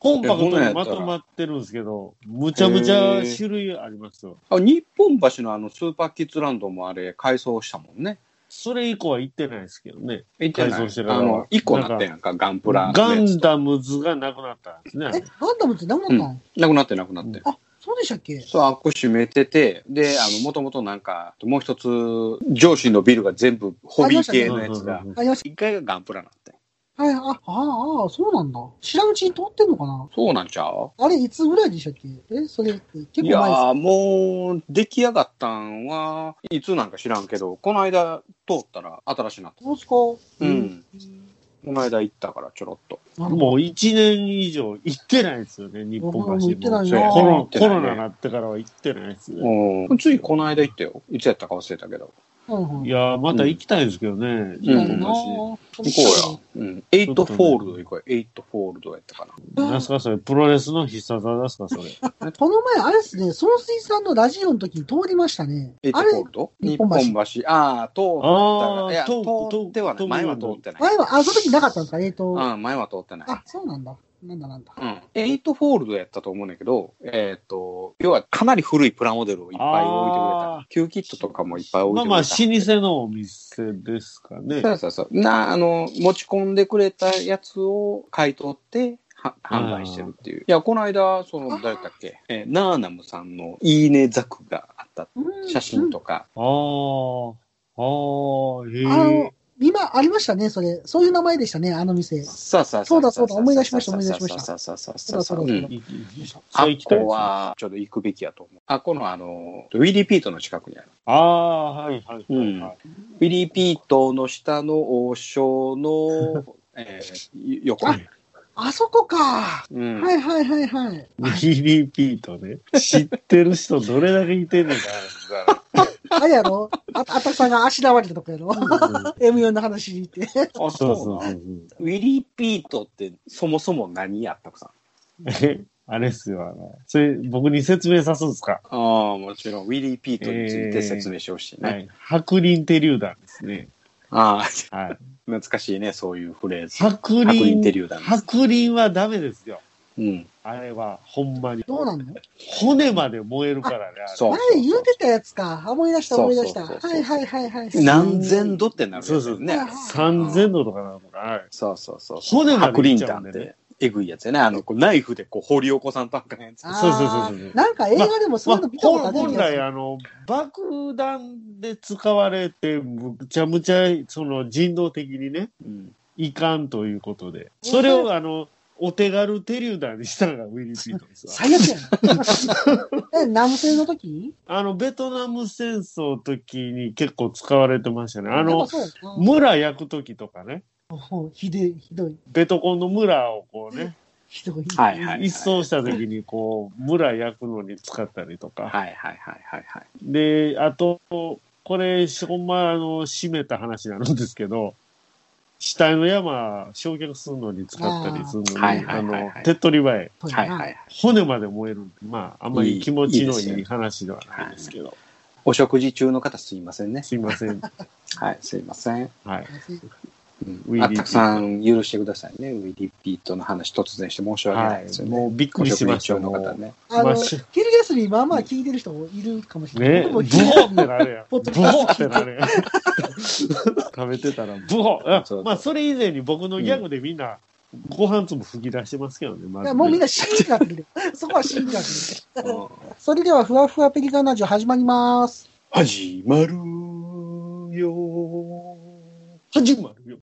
Speaker 1: コンパクトにまとまってるんですけど、むちゃむちゃ種類ありますよ。
Speaker 3: あ日本橋のあのスーパーキッズランドもあれ改装したもんね。
Speaker 1: それ以降は行ってないですけどね。
Speaker 3: えじゃない
Speaker 1: 改装してる
Speaker 3: あの、一個なってんやんか、ガンプラの
Speaker 1: ガ
Speaker 3: やつ
Speaker 1: ン
Speaker 3: と。
Speaker 1: ダムズがなくなったんですね
Speaker 2: え。、ガンダムってなくなったの、ん、
Speaker 3: なくなってんなくなってん。
Speaker 2: そうでしたっけ
Speaker 3: そう、あっこ閉めてて、で、あの、もともとなんか、もう一つ、上司のビルが全部ホビー系のやつ
Speaker 1: うん
Speaker 3: が
Speaker 1: うん、うん
Speaker 2: ありまし
Speaker 3: 一階がガンプラなんて。
Speaker 2: た。はい、あ、ああ、あそうなんだ。知らんうちに通ってんのかな
Speaker 3: そうなんちゃう
Speaker 2: あれ、いつぐらいでしたっけえ、それって結構前
Speaker 3: い
Speaker 2: です
Speaker 3: や
Speaker 2: か
Speaker 3: ー、もう、出来上がったんは、いつなんか知らんけど、この間通ったら新しいなった。
Speaker 2: そうですかう
Speaker 3: うん。この間行ったから、ちょろっと。
Speaker 2: なるほど
Speaker 1: もう1年以上行ってないですよね、日本橋
Speaker 2: 僕も行ってない
Speaker 3: そうや
Speaker 2: な
Speaker 1: コロ
Speaker 3: 行って
Speaker 1: コ
Speaker 3: ない
Speaker 1: ロ
Speaker 3: ね
Speaker 1: ナになってからは行ってないですね。
Speaker 3: うん。ついこの間行ったよ。いつやったか忘れたけど。
Speaker 2: はいは
Speaker 1: い
Speaker 2: い
Speaker 1: やー、また行きたいんですけどね。
Speaker 3: うん
Speaker 2: なるほど
Speaker 3: 行こうや。うん。エイトフォールド行こうよ。エイトフォールドやったかな。
Speaker 1: 何すかそれ、プロレスの必殺技ですかそれ。
Speaker 2: この前、あれですね、総水さんのラジオの時に通りましたね
Speaker 3: エイ。ト
Speaker 2: あ
Speaker 3: フォ
Speaker 2: れ、
Speaker 3: ールド
Speaker 2: 日
Speaker 3: 日
Speaker 2: 本
Speaker 3: 本
Speaker 2: 橋
Speaker 3: 橋。ああ、通った
Speaker 1: あ
Speaker 3: が。
Speaker 1: ー
Speaker 3: いや、
Speaker 1: 通
Speaker 3: 通ってはな
Speaker 1: 通
Speaker 3: い。前は通ってない。
Speaker 2: 前は、あ、その時なかったんですかえっ、と、
Speaker 3: うん、前は通ってない。
Speaker 2: あ、そうなんだ。なんだなんだ。
Speaker 3: うん。エイトフォールドやったと思うんだけど、えっ、と、要はかなり古いプラモデルをいっぱい置いてくれ
Speaker 1: あ
Speaker 3: た。キューキットとかもいっぱい置い
Speaker 1: まあ
Speaker 3: てくれた。
Speaker 1: まあ、老舗のお店ですかね。
Speaker 3: そうそうそう。な、あの、持ち込んでくれたやつを買い取って、は販売してるっていう。いや、この間、その、誰だっけ、えーナーナムさんのいいねザクがあった
Speaker 2: うん
Speaker 3: 写真とか、
Speaker 1: あー、あー、へ
Speaker 2: あ
Speaker 1: え
Speaker 2: の。、今ありましたね、それ。そういう名前でしたね、あの店。
Speaker 3: さあさあ
Speaker 2: そうだそうだ思い出しました思い出しました
Speaker 3: さあさあさあ
Speaker 2: そう
Speaker 3: さ
Speaker 2: だそ
Speaker 3: あさあ
Speaker 2: うだそうだ
Speaker 1: いいいい
Speaker 3: あ
Speaker 1: そ
Speaker 3: っ
Speaker 1: れ行きたいで
Speaker 3: こ
Speaker 1: すね
Speaker 3: はちょっと行くべきやと思う。あっこのあの、ウィリーピートの近くにある。
Speaker 1: あー、はいはいはいはい。
Speaker 3: ウィリーピートの下の王将の、えー、横。
Speaker 1: あ
Speaker 2: あそこか。
Speaker 3: うん
Speaker 2: はいはいはいはい。
Speaker 1: リリピートね。知ってる人どれだけいてんねんか。
Speaker 2: あれやろあ、あたくさんがあしらわれたとこやろ ?M4 の話に行って。
Speaker 3: あ、
Speaker 1: そう
Speaker 3: そ
Speaker 1: そうう
Speaker 3: な
Speaker 1: そ
Speaker 3: ん
Speaker 1: うそう。
Speaker 3: ウィリーピートってそもそも何やったくさん。
Speaker 1: えあれっすよ、あの、それ、僕に説明さすんですか。
Speaker 3: ああ、もちろん、ウィリー・ピートについて説明してほしい
Speaker 1: は
Speaker 3: ね。
Speaker 1: い。白輪手榴弾ですね。
Speaker 3: ああ、
Speaker 1: はい。
Speaker 3: 懐かしいね、そういうフレーズ。
Speaker 1: 白輪
Speaker 3: 白輪手榴弾です
Speaker 1: 白輪はダメですよ。
Speaker 3: うん。
Speaker 1: あれは、ほんまに。
Speaker 2: どうなの
Speaker 1: 骨まで燃えるからね、あれ
Speaker 3: そう。
Speaker 2: 前言うてたやつか。思い出した思い出した。
Speaker 3: そうそうそう
Speaker 2: はいはいはいはい。
Speaker 3: 何千度ってなるやつ
Speaker 1: そうそう
Speaker 3: ね。
Speaker 1: 3000度とかなのかな。はい
Speaker 3: そうそうそう。
Speaker 1: 骨ま
Speaker 3: 白
Speaker 1: でいっ
Speaker 3: 輪
Speaker 1: ちゃうん
Speaker 3: 弾っ
Speaker 1: でね。
Speaker 3: て、えぐいやつやね。あの、こうナイフでこう掘り起こさんとあかんやつ。
Speaker 2: あー
Speaker 1: そうそうそうそう
Speaker 2: なんか映画でもそういうの見たこと
Speaker 1: 本
Speaker 2: ある
Speaker 1: 本
Speaker 2: 気がす
Speaker 1: 来
Speaker 2: る
Speaker 1: あの爆弾で使われてむちゃむちゃその人道的にね
Speaker 3: うん
Speaker 1: いかんということでそれをあのお手軽手榴弾にしたのがウィリー・ピートンですわ
Speaker 2: 最悪や ん。え、南西の時
Speaker 1: あのベトナム戦争の時に結構使われてましたねあ
Speaker 2: やっぱ
Speaker 1: の
Speaker 2: そうやな
Speaker 1: 村焼く時とかね
Speaker 2: もうひどい、ひどい、
Speaker 1: ベトコンの村をこうね
Speaker 2: ひどい。
Speaker 3: はいはいはい。
Speaker 1: 一掃した時にこう村焼くのに使ったりとか、
Speaker 3: はいはいはいはいはい。
Speaker 1: で、あと、これ、ほんま、あの、閉めた話になるんですけど、死体の山、焼却するのに使ったりするのに、
Speaker 3: あーはい
Speaker 1: あ
Speaker 3: はいはい
Speaker 1: の
Speaker 3: はい、
Speaker 1: 手っ取り早い、
Speaker 2: そうや
Speaker 3: はい
Speaker 2: な
Speaker 3: はいはい。
Speaker 1: 骨まで燃えるんで、まあ、あんまり気持ちの
Speaker 3: いいいいですよ
Speaker 1: いい
Speaker 3: ね
Speaker 1: 話ではないですけど、
Speaker 3: お食事中の方すいませんね。
Speaker 1: すいません。
Speaker 3: はい、すいません。
Speaker 1: はい。
Speaker 3: うん
Speaker 1: ウィリー
Speaker 3: あたくさん許してくださいね。ウィリー・ピートの話突然して申し訳ない
Speaker 1: は
Speaker 3: です
Speaker 1: い。
Speaker 3: よね。
Speaker 1: もうびっく
Speaker 3: お
Speaker 1: り
Speaker 3: 食
Speaker 1: しま
Speaker 3: 事
Speaker 1: した。
Speaker 3: 中の
Speaker 1: も
Speaker 3: 方
Speaker 1: う
Speaker 3: ね。
Speaker 2: あ
Speaker 1: ま
Speaker 2: の、
Speaker 1: あ
Speaker 2: 昼
Speaker 1: し
Speaker 2: 休み、まあまあ聞いてる人もいるかもしれない。
Speaker 1: ね、
Speaker 2: 僕
Speaker 1: ブホ
Speaker 2: も昼休
Speaker 1: ってなるやん。
Speaker 2: ポ
Speaker 1: ブ
Speaker 2: ッドキャスト
Speaker 1: ホってな るやん。食べてたら、ブホあ
Speaker 3: そうそう
Speaker 1: まあ、それ以前に僕のギャグでみんな、ご飯粒吹き出してますけどね、ま
Speaker 2: みい
Speaker 1: ずね
Speaker 2: やもうみんなシーンになってる。そこはシーンになってる。
Speaker 3: うん
Speaker 2: それでは、ふわふわペリカンラジオ始まります。
Speaker 3: 始まるよ。
Speaker 1: 始まるよ。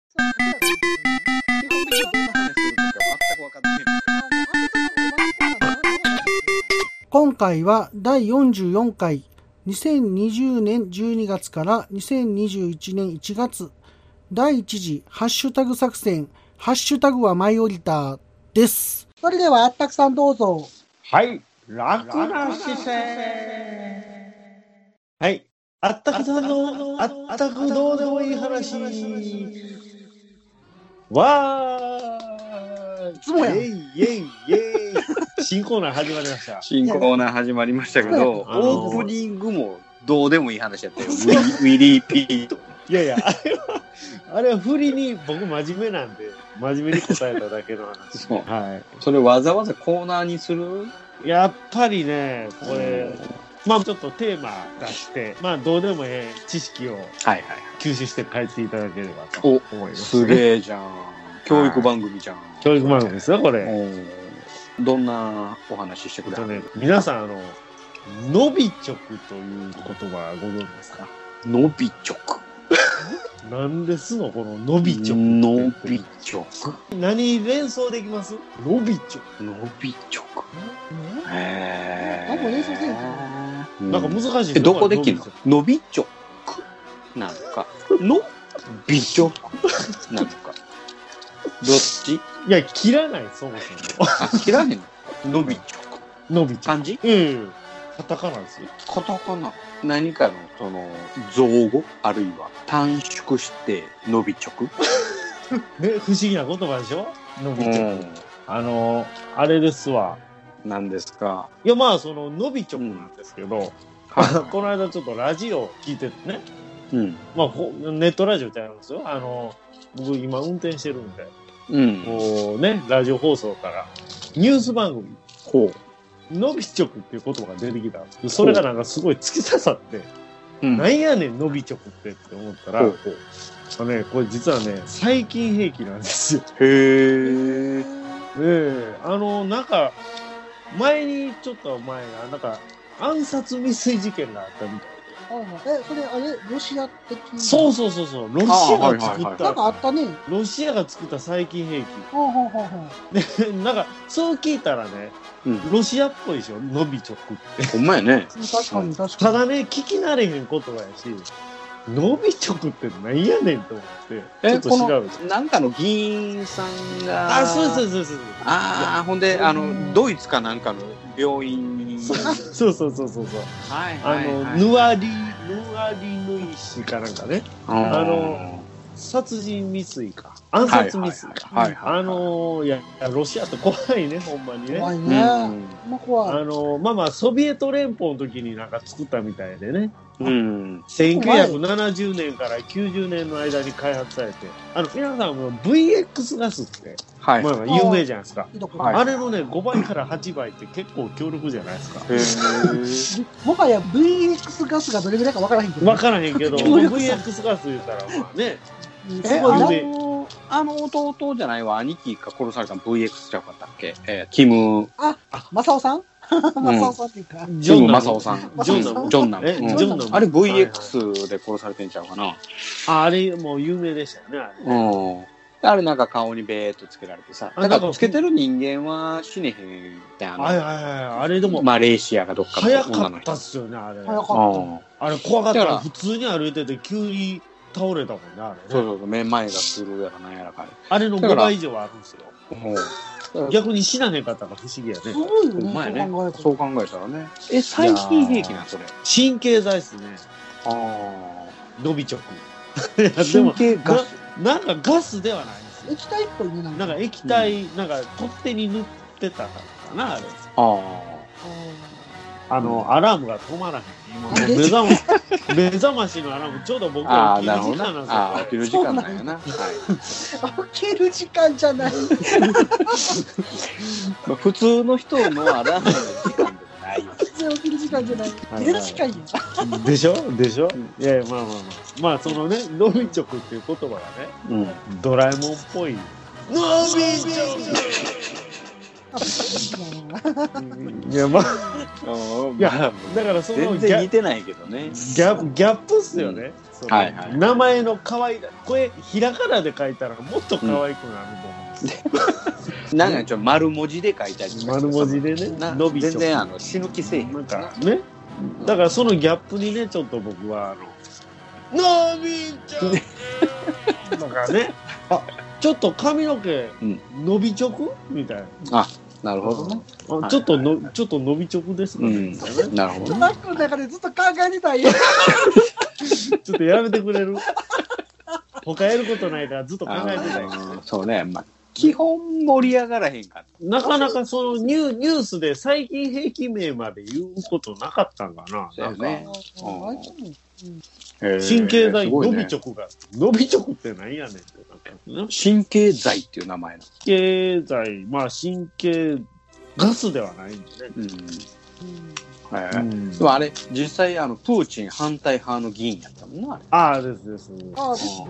Speaker 2: 今回は第44回2020年12月から2021年1月第1次ハッシュタグ作戦ハッシュタグは舞い降りたです。それではあったくさんどうぞ。
Speaker 1: はい。楽な姿勢。はい。あったくさんの、あったくどうでもいい話。わーい。い
Speaker 2: つもやん
Speaker 1: イェイイェイイェイ。 新コーナー始まりました。
Speaker 3: 新コーナー始まりましたけど、
Speaker 1: あの
Speaker 3: オープニングもどうでもいい話やったよ。ウィリウィリー・ピート。
Speaker 1: いやいや、あれは、あれは振りに僕真面目なんで、真面目に答えただけの話。
Speaker 3: そう
Speaker 1: は
Speaker 3: それわざわざコーナーにする
Speaker 1: い。やっぱりね、これ、まあちょっとテーマ出して、まあどうでもええ知識を
Speaker 3: はいはい。
Speaker 1: 吸収して帰っていただければと思います、
Speaker 3: すげえじゃん。教育番組じゃん。
Speaker 1: 教育番組ですよ、これ。えっ
Speaker 3: うんどんなお話してくれ
Speaker 1: と
Speaker 3: る
Speaker 1: ね、皆さん、あの、ノビチョクという言葉ご存知ですか
Speaker 3: のびちょく。
Speaker 1: なんですのこのノビチョ
Speaker 3: のびちょ
Speaker 1: ク。何連想できますノビチョ
Speaker 3: く。のびちょく。
Speaker 2: ん
Speaker 3: へ
Speaker 2: なんか連想せえへ
Speaker 3: え。
Speaker 1: ク。なんか難しいです
Speaker 3: え
Speaker 1: よ
Speaker 3: どこできる
Speaker 1: こ
Speaker 3: ののびちょく。なんか。のびちょく。なんか。
Speaker 1: れノビチョク
Speaker 3: どっち
Speaker 1: いや、切らない、そもそ も。
Speaker 3: あ、切らへんの。のびちょく。
Speaker 1: ノビチョ
Speaker 3: 漢字
Speaker 1: ク。うん。カタカナですよ。
Speaker 3: カタカナ。何かの、その、造語あるいは短縮して、のびちょく。
Speaker 1: ね、不思議な言葉でしょノビチョク。
Speaker 3: ん。
Speaker 1: あの、あれですわ。
Speaker 3: なんですか。
Speaker 1: いや、まあ、その、ノビチョクなんですけど、
Speaker 3: は
Speaker 1: この間ちょっとラジオ聞いててね、
Speaker 3: い。うん。
Speaker 1: まあ、こうネットラジオってあるんですよ。あの、僕今運転してるんで、
Speaker 3: うん。
Speaker 1: こうね、ラジオ放送からニュース番組、
Speaker 3: こ
Speaker 1: ノビチョクっていう言葉が出てきたんですけど、それがなんかすごい突き刺さって、
Speaker 3: う。うん。
Speaker 1: ないんやねん、ノビチョクってって思ったら、
Speaker 3: ほう
Speaker 1: あのね、これ実はね、最近兵器なんですよ。ね
Speaker 3: へえ。
Speaker 1: え、あの、なんか、前にちょっと前な、なんか、暗殺未遂事件があったみたい
Speaker 2: え、それあれ、ロシア的。
Speaker 1: で。そううそうそうそう、ロシアが作っ
Speaker 2: なんかあ
Speaker 1: た
Speaker 2: っ、たね。
Speaker 1: ロシアが作った最近兵器。
Speaker 2: ほうほうほうほう。
Speaker 1: なんか、そう聞いたらね、
Speaker 3: うん。
Speaker 1: ロシアっぽいでしょ、ノビチョクって。
Speaker 3: ほんまやね。
Speaker 2: 確かに確
Speaker 1: た
Speaker 2: かに。
Speaker 1: だね、聞き慣れへん言葉やし、ノビチョクってなんやねんと思って、 ちょっと
Speaker 3: こ
Speaker 1: 調
Speaker 3: の
Speaker 1: べて。
Speaker 3: なんかの議員さんが。
Speaker 1: あ、そうそうそうそう。
Speaker 3: ああ、ほんで、あの、ドイツかなんかの病院に。
Speaker 1: そうそうそうそうそう。
Speaker 3: はい
Speaker 1: あ
Speaker 3: はい
Speaker 1: の、
Speaker 3: はい。
Speaker 1: ヌアリ、ヌアリヌイ氏かなんかね、
Speaker 3: あ
Speaker 1: あの殺人未遂か。暗殺ミス。
Speaker 3: はいはいはい。
Speaker 1: あのーいや、ロシアって怖いね、ほんまにね。
Speaker 2: 怖い
Speaker 3: ー
Speaker 2: ね。ほん
Speaker 3: う
Speaker 2: ま怖
Speaker 1: あ
Speaker 2: い。
Speaker 1: のーまあまあ、ソビエト連邦の時になんか作ったみたいでね。
Speaker 3: ん。うん。
Speaker 1: 1970年から90年の間に開発されて、あの、皆さんも VX ガスって、
Speaker 3: はい。
Speaker 1: まあまあ、有名じゃないですか。
Speaker 2: いいとこ
Speaker 3: はい
Speaker 1: あれのね、5倍から8倍って結構強力じゃないですか。
Speaker 3: へー
Speaker 2: もはや VX ガスがどれぐらいかわからへんけど。
Speaker 1: わからへんけど、
Speaker 2: 強力さ
Speaker 1: VX ガス言ったら、まあね、
Speaker 2: うん
Speaker 3: え、
Speaker 2: す
Speaker 3: あ
Speaker 2: ごいな
Speaker 1: で
Speaker 3: の、あの弟じゃないわ、兄貴が殺されたの VX ちゃうかったっけえーキム、
Speaker 2: マサオさんマサオさんっていうか。
Speaker 1: ジ
Speaker 3: キ
Speaker 1: ョン
Speaker 3: ム・
Speaker 1: な
Speaker 3: マサ
Speaker 1: の
Speaker 3: オさん。
Speaker 2: ジョンな
Speaker 3: なの
Speaker 2: の
Speaker 3: ジョンなの
Speaker 1: え、
Speaker 3: うん
Speaker 1: ジョンなの
Speaker 3: あれ
Speaker 1: はい
Speaker 3: VX で殺されてんちゃうかな。
Speaker 1: はいああれ、もう有名でしたよねあれ。
Speaker 3: うん。あれなんか顔にベーっとつけられてさ。
Speaker 1: あな
Speaker 3: だか
Speaker 1: んから
Speaker 3: つけてる人間は死ねへんってあ
Speaker 1: はい
Speaker 3: の、
Speaker 1: はいはい。あれでも、
Speaker 3: マレーシアがどっか
Speaker 1: 早
Speaker 3: の
Speaker 1: か
Speaker 3: 女の
Speaker 1: った
Speaker 3: 人
Speaker 1: っ。すよね、あれ。
Speaker 2: 早かった。
Speaker 3: うん。
Speaker 1: あれ怖かったら
Speaker 3: だから
Speaker 1: 普通に歩いてて急に倒れたもんね、あれね。
Speaker 3: そうそうそう、目前がするやらなんやらかあれ。
Speaker 1: あれの
Speaker 3: だ
Speaker 1: 5
Speaker 3: から
Speaker 1: 倍以上はあるんですよ。
Speaker 3: うん
Speaker 1: 逆に死なへんかったから不思議や
Speaker 2: す
Speaker 1: ね。
Speaker 2: ごいよ
Speaker 3: ほんまや
Speaker 2: ね、
Speaker 3: ね
Speaker 2: そう考える。と。
Speaker 3: そう考えたらね。え、最近兵器
Speaker 1: いや
Speaker 3: な、
Speaker 1: ー
Speaker 3: それ。
Speaker 1: 神経剤っすね。
Speaker 3: あ
Speaker 1: 伸び直。
Speaker 3: あ。
Speaker 1: で
Speaker 3: 神
Speaker 1: も、
Speaker 3: 経ガス。
Speaker 1: なんかガスではないんですよ。
Speaker 2: 液体っぽいね、なんか。
Speaker 1: なんか液体、なんか取っ手に塗ってたからかな、あれ。
Speaker 3: あ
Speaker 1: あの、アラームが止まらへん。今
Speaker 2: な
Speaker 1: も
Speaker 2: んで
Speaker 1: う目覚 ま、目覚ましのアラーム、ちょうど僕
Speaker 3: あ。あ
Speaker 1: が
Speaker 3: あ、
Speaker 1: 起き
Speaker 3: な
Speaker 1: る
Speaker 3: る
Speaker 1: 時
Speaker 3: ほど
Speaker 1: 間なん
Speaker 3: な。
Speaker 1: ですよ
Speaker 3: ああ、
Speaker 1: こ
Speaker 3: 起き
Speaker 1: れ。
Speaker 3: る時間なんやな。はい。
Speaker 2: うん 起きる時間じゃない。
Speaker 3: まあ普通の人のアラームの時間でもないよ。
Speaker 2: 全然起きる時間じゃない。
Speaker 1: い
Speaker 2: 寝る時間や。
Speaker 1: でしょでしょ
Speaker 3: うん
Speaker 1: いやいや、まあまあまあ。まあ、そのね、伸び直っていう言葉がね、
Speaker 3: うん。
Speaker 1: ドラえもんっぽい。伸び
Speaker 2: あいいな
Speaker 1: 直いや、まあ、いや
Speaker 3: まあ
Speaker 1: だからその
Speaker 3: 全
Speaker 1: ギ
Speaker 3: 然似
Speaker 1: ャ
Speaker 3: てないけど
Speaker 1: ギ
Speaker 3: ね。
Speaker 1: ャギャップっすよね。その
Speaker 3: はいはい
Speaker 1: 名前の可愛い、これ、ひらがなで書いたらもっと可愛くなると思うんですよ。
Speaker 3: なんかちょっと丸文字で書いたりとかして
Speaker 1: 丸文字でね
Speaker 3: な、
Speaker 1: 伸び直
Speaker 3: 全然あの死ぬ気せえへん
Speaker 1: なんかね、だからそのギャップにね、ちょっと僕は、あの、のび直 だからね、あちょっと髪の毛
Speaker 3: うん、
Speaker 1: 伸び直みたいな。
Speaker 3: なるほどね。
Speaker 1: あちょっとの、ちょっと伸び直ですか
Speaker 3: う
Speaker 1: ね。
Speaker 3: ん
Speaker 1: みたいなね。
Speaker 3: なるほどね。
Speaker 2: マックの中でずっと考えてたんや。
Speaker 1: ちょっとやめてくれる他やることないからずっと考えてたよ
Speaker 3: あーそうね。まあ、基本盛り上がらへんかっ
Speaker 1: なかなかそのニューニュースで最近兵器名まで言うことなかったんかな。
Speaker 3: そうやね
Speaker 1: なんか
Speaker 2: あいつも
Speaker 3: た。へー
Speaker 1: 神経剤
Speaker 3: すごい
Speaker 1: 伸
Speaker 3: ね
Speaker 1: び直が、伸び直ってなんやねんってなんかね
Speaker 3: 神経剤っていう名前なの。
Speaker 1: 神経剤、まあ神経ガスではないんでね。
Speaker 3: うん。
Speaker 2: うん
Speaker 3: はいはい
Speaker 1: うん
Speaker 3: でもあれ、実際、あの、プーチン反対派の議員やったもんな、
Speaker 1: ああ、ですです。
Speaker 2: あですね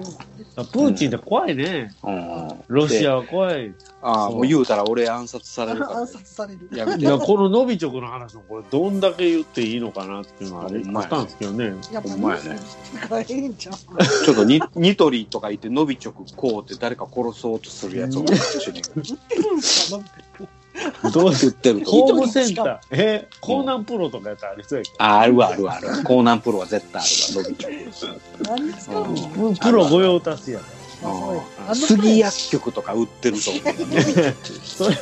Speaker 1: プーチンって怖いね。
Speaker 3: あれ。うん
Speaker 1: ロシアは怖い。
Speaker 3: ああ、もう言うたら俺暗殺されるから
Speaker 2: 暗。殺される。
Speaker 3: やめ
Speaker 1: い
Speaker 3: て。
Speaker 1: や、この伸び直の話もこれどんだけ言っていいのかなっていうのはあれ
Speaker 3: ほん
Speaker 1: あ
Speaker 3: まやね
Speaker 1: ったんですけどね。
Speaker 2: やっぱ
Speaker 3: ほんまやね
Speaker 2: だからええんちゃう
Speaker 3: ちょっとニニトリとか言って、のびちょくこうって誰か殺そうとするやつを言
Speaker 1: どう
Speaker 3: ってると
Speaker 1: ホ
Speaker 3: 思
Speaker 1: ー
Speaker 3: う。
Speaker 1: ムセンター、えー、コーナンプロとかやったらありそうやけ
Speaker 3: ああるわ、あるわ、あるわ。江南プロは絶対あるわ、のびちょ
Speaker 2: 何使うの
Speaker 3: うん
Speaker 1: ど、プロ御用達やね
Speaker 3: く。杉薬局とか売ってると思う。
Speaker 1: それ、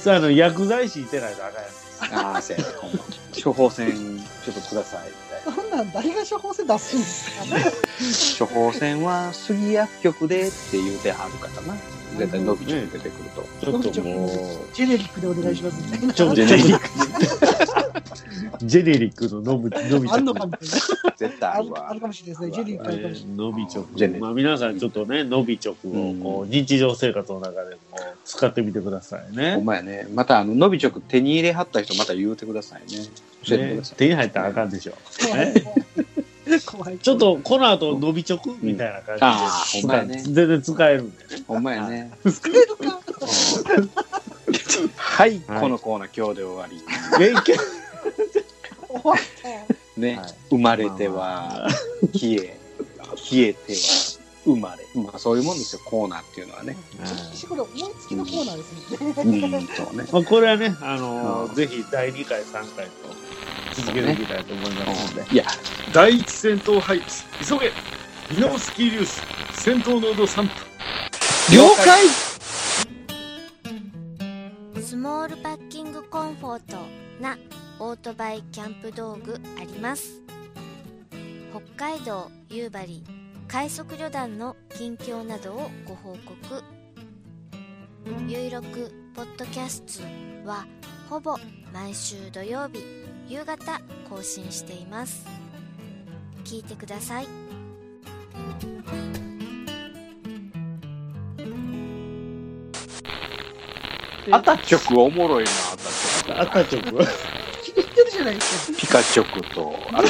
Speaker 1: それあの、薬剤師いてないとあかんや
Speaker 3: ああ、せやねほんま処方箋、ちょっとください、みたい
Speaker 2: そ
Speaker 3: な。
Speaker 2: んなん誰が処方箋出すんですかね。
Speaker 3: 処方箋は杉薬局でって言うてはるからな。絶対のびちょく出てくると。
Speaker 1: つ。ちょっとも
Speaker 2: ジェネリックでお願いしますみたいな。
Speaker 1: ちょ
Speaker 3: ジェネリック
Speaker 1: う、ジェネリックの飲む、飲み
Speaker 2: あ
Speaker 1: 直
Speaker 2: んのかみたいな。
Speaker 3: 絶対あ
Speaker 2: ある
Speaker 3: るわ
Speaker 2: ある。かもしれないですね。ジェネリックあるかもしれない。
Speaker 1: 伸び直
Speaker 3: ジェネリッ。ク
Speaker 1: まあ皆さんちょっとね、伸び直をこう、日常生活の中でも使ってみてください
Speaker 3: ほん
Speaker 1: ね。
Speaker 3: まやね。また、あの、のびちょく手に入れはった人、また言うてくださいね。教えてく
Speaker 1: ね
Speaker 3: ださい。
Speaker 1: 手に入ったらあかんでしょ。
Speaker 2: 怖い怖い怖い。
Speaker 1: ちょっとこの後伸び直みたいな
Speaker 3: ああ
Speaker 1: 感、じで
Speaker 3: ほんまや
Speaker 1: 使え、
Speaker 3: ね。
Speaker 1: 全然使えるんでね。
Speaker 3: ほんまやね。
Speaker 2: 作れるか。
Speaker 3: はい、
Speaker 1: はい
Speaker 3: このコーナー今日で終わり。
Speaker 1: 勉強
Speaker 2: 終わったよ。
Speaker 3: ね、
Speaker 1: はい
Speaker 3: 生まれては消え、消えては生まれ。まあそういうもんですよ、コーナーっていうのはね。
Speaker 2: ちょっと石黒思いつきのコーナーですね。
Speaker 3: うん、そうね。
Speaker 1: まあ、これはね、あのー
Speaker 3: うん
Speaker 1: ぜひ第2回、3回と続けていきたいと思いますので、
Speaker 3: いや、
Speaker 4: 第一戦闘配置急げミノフスキー粒子戦闘濃度3分
Speaker 3: 了解
Speaker 5: スモールパッキングコンフォートなオートバイキャンプ道具あります北海道夕張快速旅団の近況などをご報告「ゆいろくポッドキャスト」はほぼ毎週土曜日夕方更新しています聞いてください
Speaker 3: アタチョクおもろいな、アタ
Speaker 1: あたち
Speaker 3: チョク。
Speaker 1: ょく。
Speaker 2: 聞いてるじゃないですか。
Speaker 3: ピカチョクと、あれ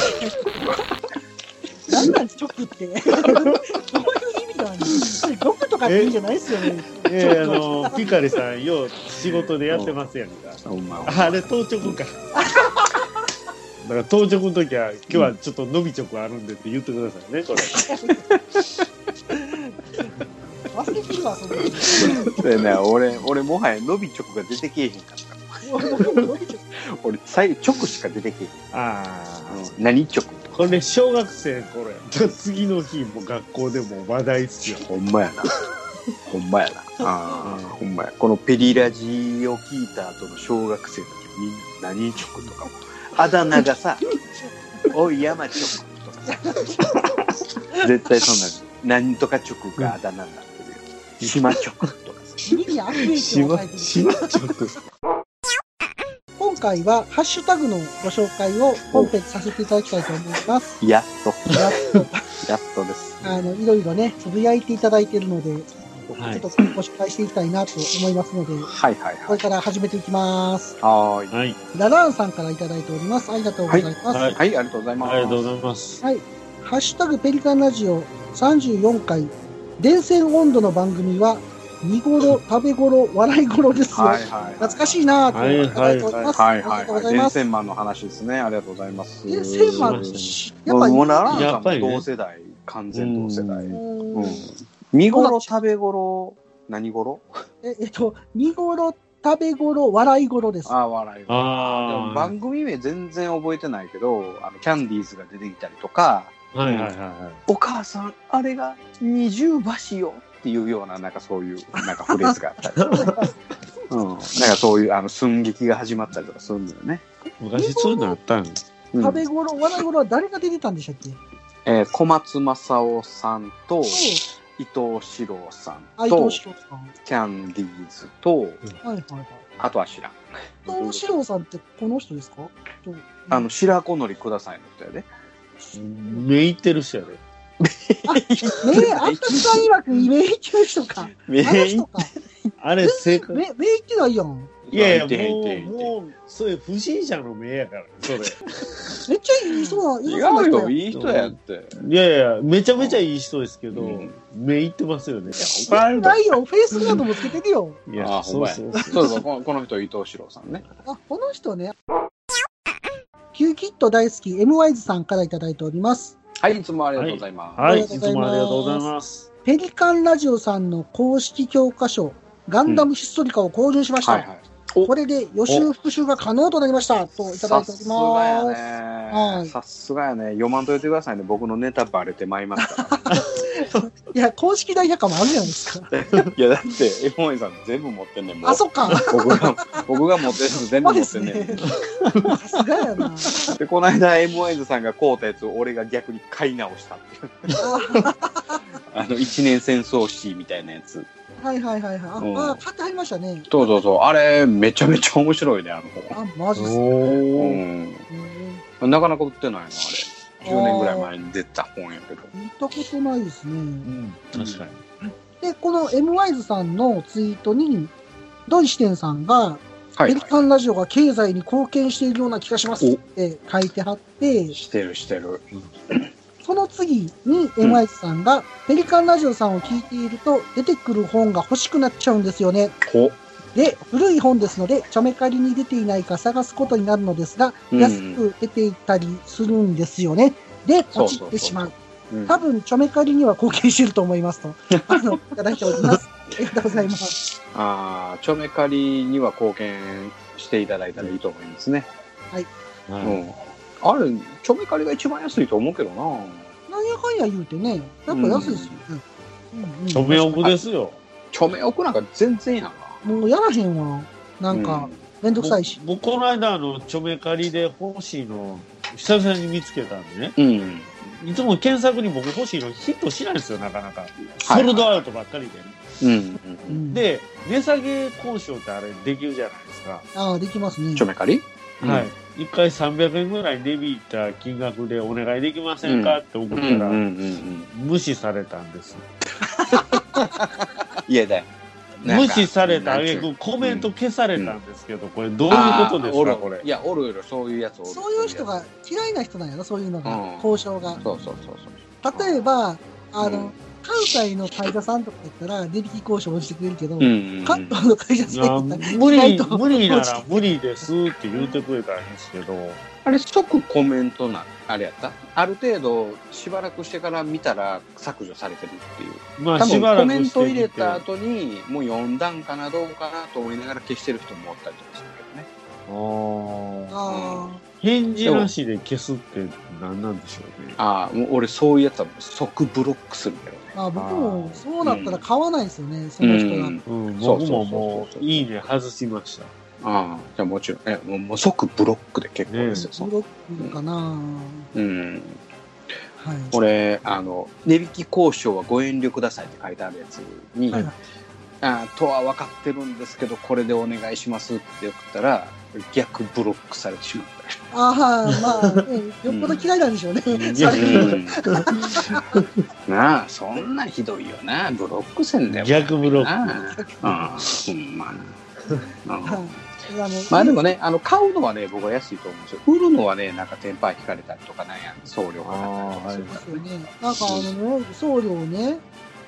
Speaker 2: なんなんチョクって。どういう意味なんですか。毒とかっていいんじゃないですよね。
Speaker 1: ええあの、ピカリさん、よう仕事でやってますやんか。
Speaker 3: お前
Speaker 1: あれ、当直か。だから当直の時は、今日はちょっと伸び直あるんでって言ってくださいね、これ。
Speaker 2: 忘れてるわ、そんなの。
Speaker 3: でね、俺、俺もはや伸びチョクが出てけえへんかった。俺、最後、チョクしか出てけえ
Speaker 1: あ
Speaker 3: へん。
Speaker 1: あ。
Speaker 3: 何チョク
Speaker 1: これ、小学生の頃や。次の日、もう学校でも話題っすよ。
Speaker 3: ほんまや な。ほんまやな。ああ、ほんまや。このペリラジを聞いた後の小学生たち、みんな何チョクとかも。あだ名 がさ、おい、山チョクとかさ。絶対そんな、何とかチョクがあだ名になってるよ。島チョクとかさ。
Speaker 2: 耳に悪影響
Speaker 1: 島
Speaker 2: を与えて、る
Speaker 1: 島直。
Speaker 2: 今回はハッシュタグのご紹介を本編させていただきたいと思います。
Speaker 3: やっと、
Speaker 2: やっと
Speaker 3: やっとです。
Speaker 2: あの、いろいろね、つぶやいていただいているので、
Speaker 1: はい
Speaker 2: ちょっとご紹介していきたいなと思いますので、
Speaker 3: はいはい
Speaker 2: こ
Speaker 3: は
Speaker 2: れ
Speaker 3: い。
Speaker 2: から始めていきます。
Speaker 3: はーい。
Speaker 1: はい。
Speaker 2: ララーンさんからいただいております。ありがとうございます。
Speaker 1: はい
Speaker 3: はい、ありがとうございます。
Speaker 1: ありがとうございます。
Speaker 2: ハッシュタグペリカンラジオ34回、電線温度の番組は、見頃、食べ頃、笑い頃ですよ。
Speaker 3: はいはいはい
Speaker 2: 懐かしいなぁといただいております。
Speaker 3: はいはい
Speaker 2: ありがとうご
Speaker 3: は
Speaker 2: ざ
Speaker 3: い。
Speaker 2: いま
Speaker 3: 電
Speaker 2: す。
Speaker 3: 線マンの話ですね。ありがとうございます。
Speaker 2: 電線マン、やっぱり、
Speaker 3: もうララン
Speaker 1: や
Speaker 3: さ
Speaker 1: っ
Speaker 3: ん
Speaker 1: ぱ
Speaker 3: も
Speaker 1: りね
Speaker 3: 同世代、完全同世代。うん。
Speaker 2: うん
Speaker 3: 見頃、食べ頃、何頃
Speaker 2: ええっと、見頃、食べ頃、笑い頃です。
Speaker 3: ああ、笑い頃。でも
Speaker 1: あ
Speaker 3: 番組名全然覚えてないけど、あの、キャンディーズが出てきたりとか、
Speaker 1: あ。はいはいはいは
Speaker 3: お母さん、あれが二重橋よっていうような、なんかそういう、なんかフレーズがあったり とか。うん、なんかそういうあの寸劇が始まったりとかするんだよね。
Speaker 1: い。昔そういうのあったん
Speaker 3: うん
Speaker 2: 食べ頃、笑い頃は誰が出てたんでしたっけ
Speaker 3: えー小松政夫さんと、
Speaker 2: え
Speaker 3: 伊藤四郎さん
Speaker 2: 愛
Speaker 3: と
Speaker 2: 藤四郎さん。
Speaker 3: キャンディーズと
Speaker 2: はいはいはい。
Speaker 3: あとは知ら
Speaker 2: 伊
Speaker 3: ん
Speaker 2: 藤四郎さんってこの人ですかと
Speaker 3: あの白子のりくださいの人やで
Speaker 1: 目いってる人やで。
Speaker 2: ね え、あんたさん曰くに名中の人か。
Speaker 3: め
Speaker 2: あの人か。
Speaker 1: あれ、正解。
Speaker 2: 名名ってないやん。
Speaker 1: いや
Speaker 3: い
Speaker 1: いや、
Speaker 3: て
Speaker 1: も、
Speaker 3: いうていて
Speaker 1: もう、それ不審者の目やから、それ。い
Speaker 2: めっちゃいい人な、いい
Speaker 3: 違
Speaker 2: 人な
Speaker 3: う
Speaker 2: 人
Speaker 3: よ
Speaker 2: やん。
Speaker 3: いい人やっていや
Speaker 1: やいや、めちゃめちゃいい人ですけど、
Speaker 3: うん
Speaker 1: 目いってますよね。
Speaker 3: お前ら
Speaker 2: ないよ、フェイスガードもつけてるよ。
Speaker 1: い
Speaker 3: あ
Speaker 1: や、
Speaker 3: あほ
Speaker 1: そ
Speaker 3: ん
Speaker 1: う
Speaker 3: まや
Speaker 1: そうそう。
Speaker 3: そうそうこのこの人伊藤四郎さんね
Speaker 2: あ、この人ね。キューキット大好き、M ワイズさんからいただいております。
Speaker 3: はいいつもありがとうございます、
Speaker 1: はい、
Speaker 2: あ
Speaker 1: い
Speaker 2: り
Speaker 1: つ
Speaker 2: がとうございます
Speaker 1: もありがとうございます。
Speaker 2: ペリカンラジオさんの公式教科書、ガンダムヒストリカを購入しました。
Speaker 3: はいはい
Speaker 2: これで予習復習が可能となりました。といただいております。は
Speaker 3: ね
Speaker 2: い
Speaker 3: さすがやね読まんといてくださいね僕のネタバレてまいりますから
Speaker 2: いや、公式大百科もあるじゃないです か。
Speaker 3: いやだってエモイさん全部持ってんねんもう
Speaker 2: あ、そっか。
Speaker 3: 僕が僕が持ってるの全
Speaker 2: そう
Speaker 3: 部
Speaker 2: で
Speaker 3: 持って
Speaker 2: す
Speaker 3: んねん
Speaker 2: ね。さすがやな。
Speaker 3: で、この間、MON さんが買うたやつを俺が逆に買い直したっていう。あの、一年戦争史みたいなやつ。
Speaker 2: はいはいはいは
Speaker 3: う
Speaker 2: い。
Speaker 3: ん
Speaker 2: あ、あ買ってはりましたね。
Speaker 3: そうそうそう。あれ、めちゃめちゃ面白いね、あの本。
Speaker 2: あ、マジっすか。
Speaker 1: おー。
Speaker 3: う
Speaker 2: うん
Speaker 3: ん。なかなか売ってないな、あれ。10年ぐらい
Speaker 2: あ
Speaker 3: 前に出た本やけど。
Speaker 2: ー見たことないです
Speaker 1: う
Speaker 2: ね。
Speaker 1: ん、確かに。
Speaker 2: で、この M ワイズさんのツイートに、ドイシテンさんが、
Speaker 3: は
Speaker 2: ペリ
Speaker 3: い、は
Speaker 2: カンラジオが経済に貢献しているような気がしますって書いてはって
Speaker 3: い。、してる、してる。
Speaker 2: その次に M ワイズさんが、ペリカンラジオさんを聞いていると出てくる本が欲しくなっちゃうんですよね。
Speaker 3: お
Speaker 2: で、古い本ですので、ちょめかりに出ていないか探すことになるのですが、
Speaker 3: うん
Speaker 2: 安く出ていたりするんですよね。で、
Speaker 3: そ
Speaker 2: ポ
Speaker 3: う
Speaker 2: チ
Speaker 3: そうそう
Speaker 2: ってしまう。
Speaker 3: うん
Speaker 2: 多分、ちょめかりには貢献してると思います と。あの、いただいております。ありがとうござい ます。
Speaker 3: ああ、ちょめかりには貢献していただいたらいいと思いますね。う
Speaker 1: はい。
Speaker 3: ん。あれ、ちょめかりが一番安いと思うけどな。
Speaker 2: なんやかんや言うてね、やっぱ安いですよね。うんうん
Speaker 1: ちょめおぶですよ。
Speaker 3: ちょめおくなんか全然やな。
Speaker 2: もうやらへんわ。なんか、
Speaker 3: う
Speaker 2: めんどくさいし。
Speaker 1: 僕、僕この間、あの、ちょめかりで欲しいの、久々に見つけたんでね。
Speaker 3: うん。
Speaker 1: いつも検索に僕欲しいのヒットしないんですよ、なかなか。ソ
Speaker 3: はい
Speaker 1: ールドアウトばっかりで。
Speaker 3: うん。
Speaker 1: で、値下げ交渉ってあれできるじゃないですか。
Speaker 2: ああ、できますね
Speaker 3: ち。ょめかり
Speaker 1: はい。。一回300円ぐらい値引いた金額でお願いできませんかって送った
Speaker 3: うん。うん。う
Speaker 1: ら、
Speaker 3: んうん。
Speaker 1: 無視されたんです。
Speaker 3: 家で。
Speaker 1: 無視された挙
Speaker 3: なんていう
Speaker 1: 句コメント消されたんですけど、これどういう
Speaker 3: あー
Speaker 1: ことです
Speaker 3: おる
Speaker 1: か、これ
Speaker 3: い。や、おるおる、そういうやつおる。
Speaker 2: そういう人が嫌いな人なんやろ、そういうの
Speaker 3: うん
Speaker 2: が、交渉が。
Speaker 3: そうそうそうそう。
Speaker 2: 例えば、あ
Speaker 3: う
Speaker 2: の
Speaker 3: ん、
Speaker 2: 関西の会社さんとかだったら、値引き交渉をしてくれるけど、
Speaker 3: うん
Speaker 2: 関東の会社
Speaker 1: い
Speaker 2: さん
Speaker 1: や
Speaker 2: やったら
Speaker 1: 無
Speaker 2: 意
Speaker 1: 理
Speaker 2: 外と
Speaker 1: 無理なら無理ですって言うてくれたらいいんですけど、
Speaker 3: あれ、即コメントな、あれやったある程度、しばらくしてから見たら削除されてるっていう。
Speaker 1: まあ
Speaker 3: 多
Speaker 1: しばら
Speaker 3: 分コ
Speaker 1: く
Speaker 3: メン
Speaker 1: して
Speaker 3: ト
Speaker 1: みて
Speaker 3: 入れた後に、もう読んだんかな、どうかなと思いながら消してる人もおったりとかするけどね。
Speaker 1: あー
Speaker 2: あ
Speaker 1: 返事なしで消すって何なんでしょうね。
Speaker 3: ああ、もう俺そういうやつは即ブロックするけどね。
Speaker 2: ーまあ、僕もそうなったら買わないですよね、その人が。
Speaker 1: うん、
Speaker 3: そ
Speaker 1: 僕もも
Speaker 3: うそうそうそうそう
Speaker 1: ういいね外しました。
Speaker 3: ああ、じゃあもちろん、え、もうもう即ブロックで結構ですよ。そ
Speaker 2: ブ
Speaker 3: う
Speaker 2: ロックかな、
Speaker 3: うん。
Speaker 2: はい。
Speaker 3: 俺、あの、値引き交渉はご遠慮くださいって書いてあるやつに、
Speaker 2: はいはい
Speaker 3: あとは分かってるんですけど、これでお願いしますって送ったら、逆ブロックされてしまった。
Speaker 2: ああ、まあ、ね、よっぽど嫌いなんでしょうね。
Speaker 1: ん
Speaker 2: それ
Speaker 3: うん なあそんなひどいよなブロックせんだよ
Speaker 1: 逆ブロック。
Speaker 3: なあうんほんまなうん
Speaker 2: はいあの
Speaker 3: まあでもねあの買うのはね僕は安いと思うんですよ売るのはねなんかテンパー引かれたりとかなんや送料がなったりとか
Speaker 2: そうですよね。なんかあのね、送料ね、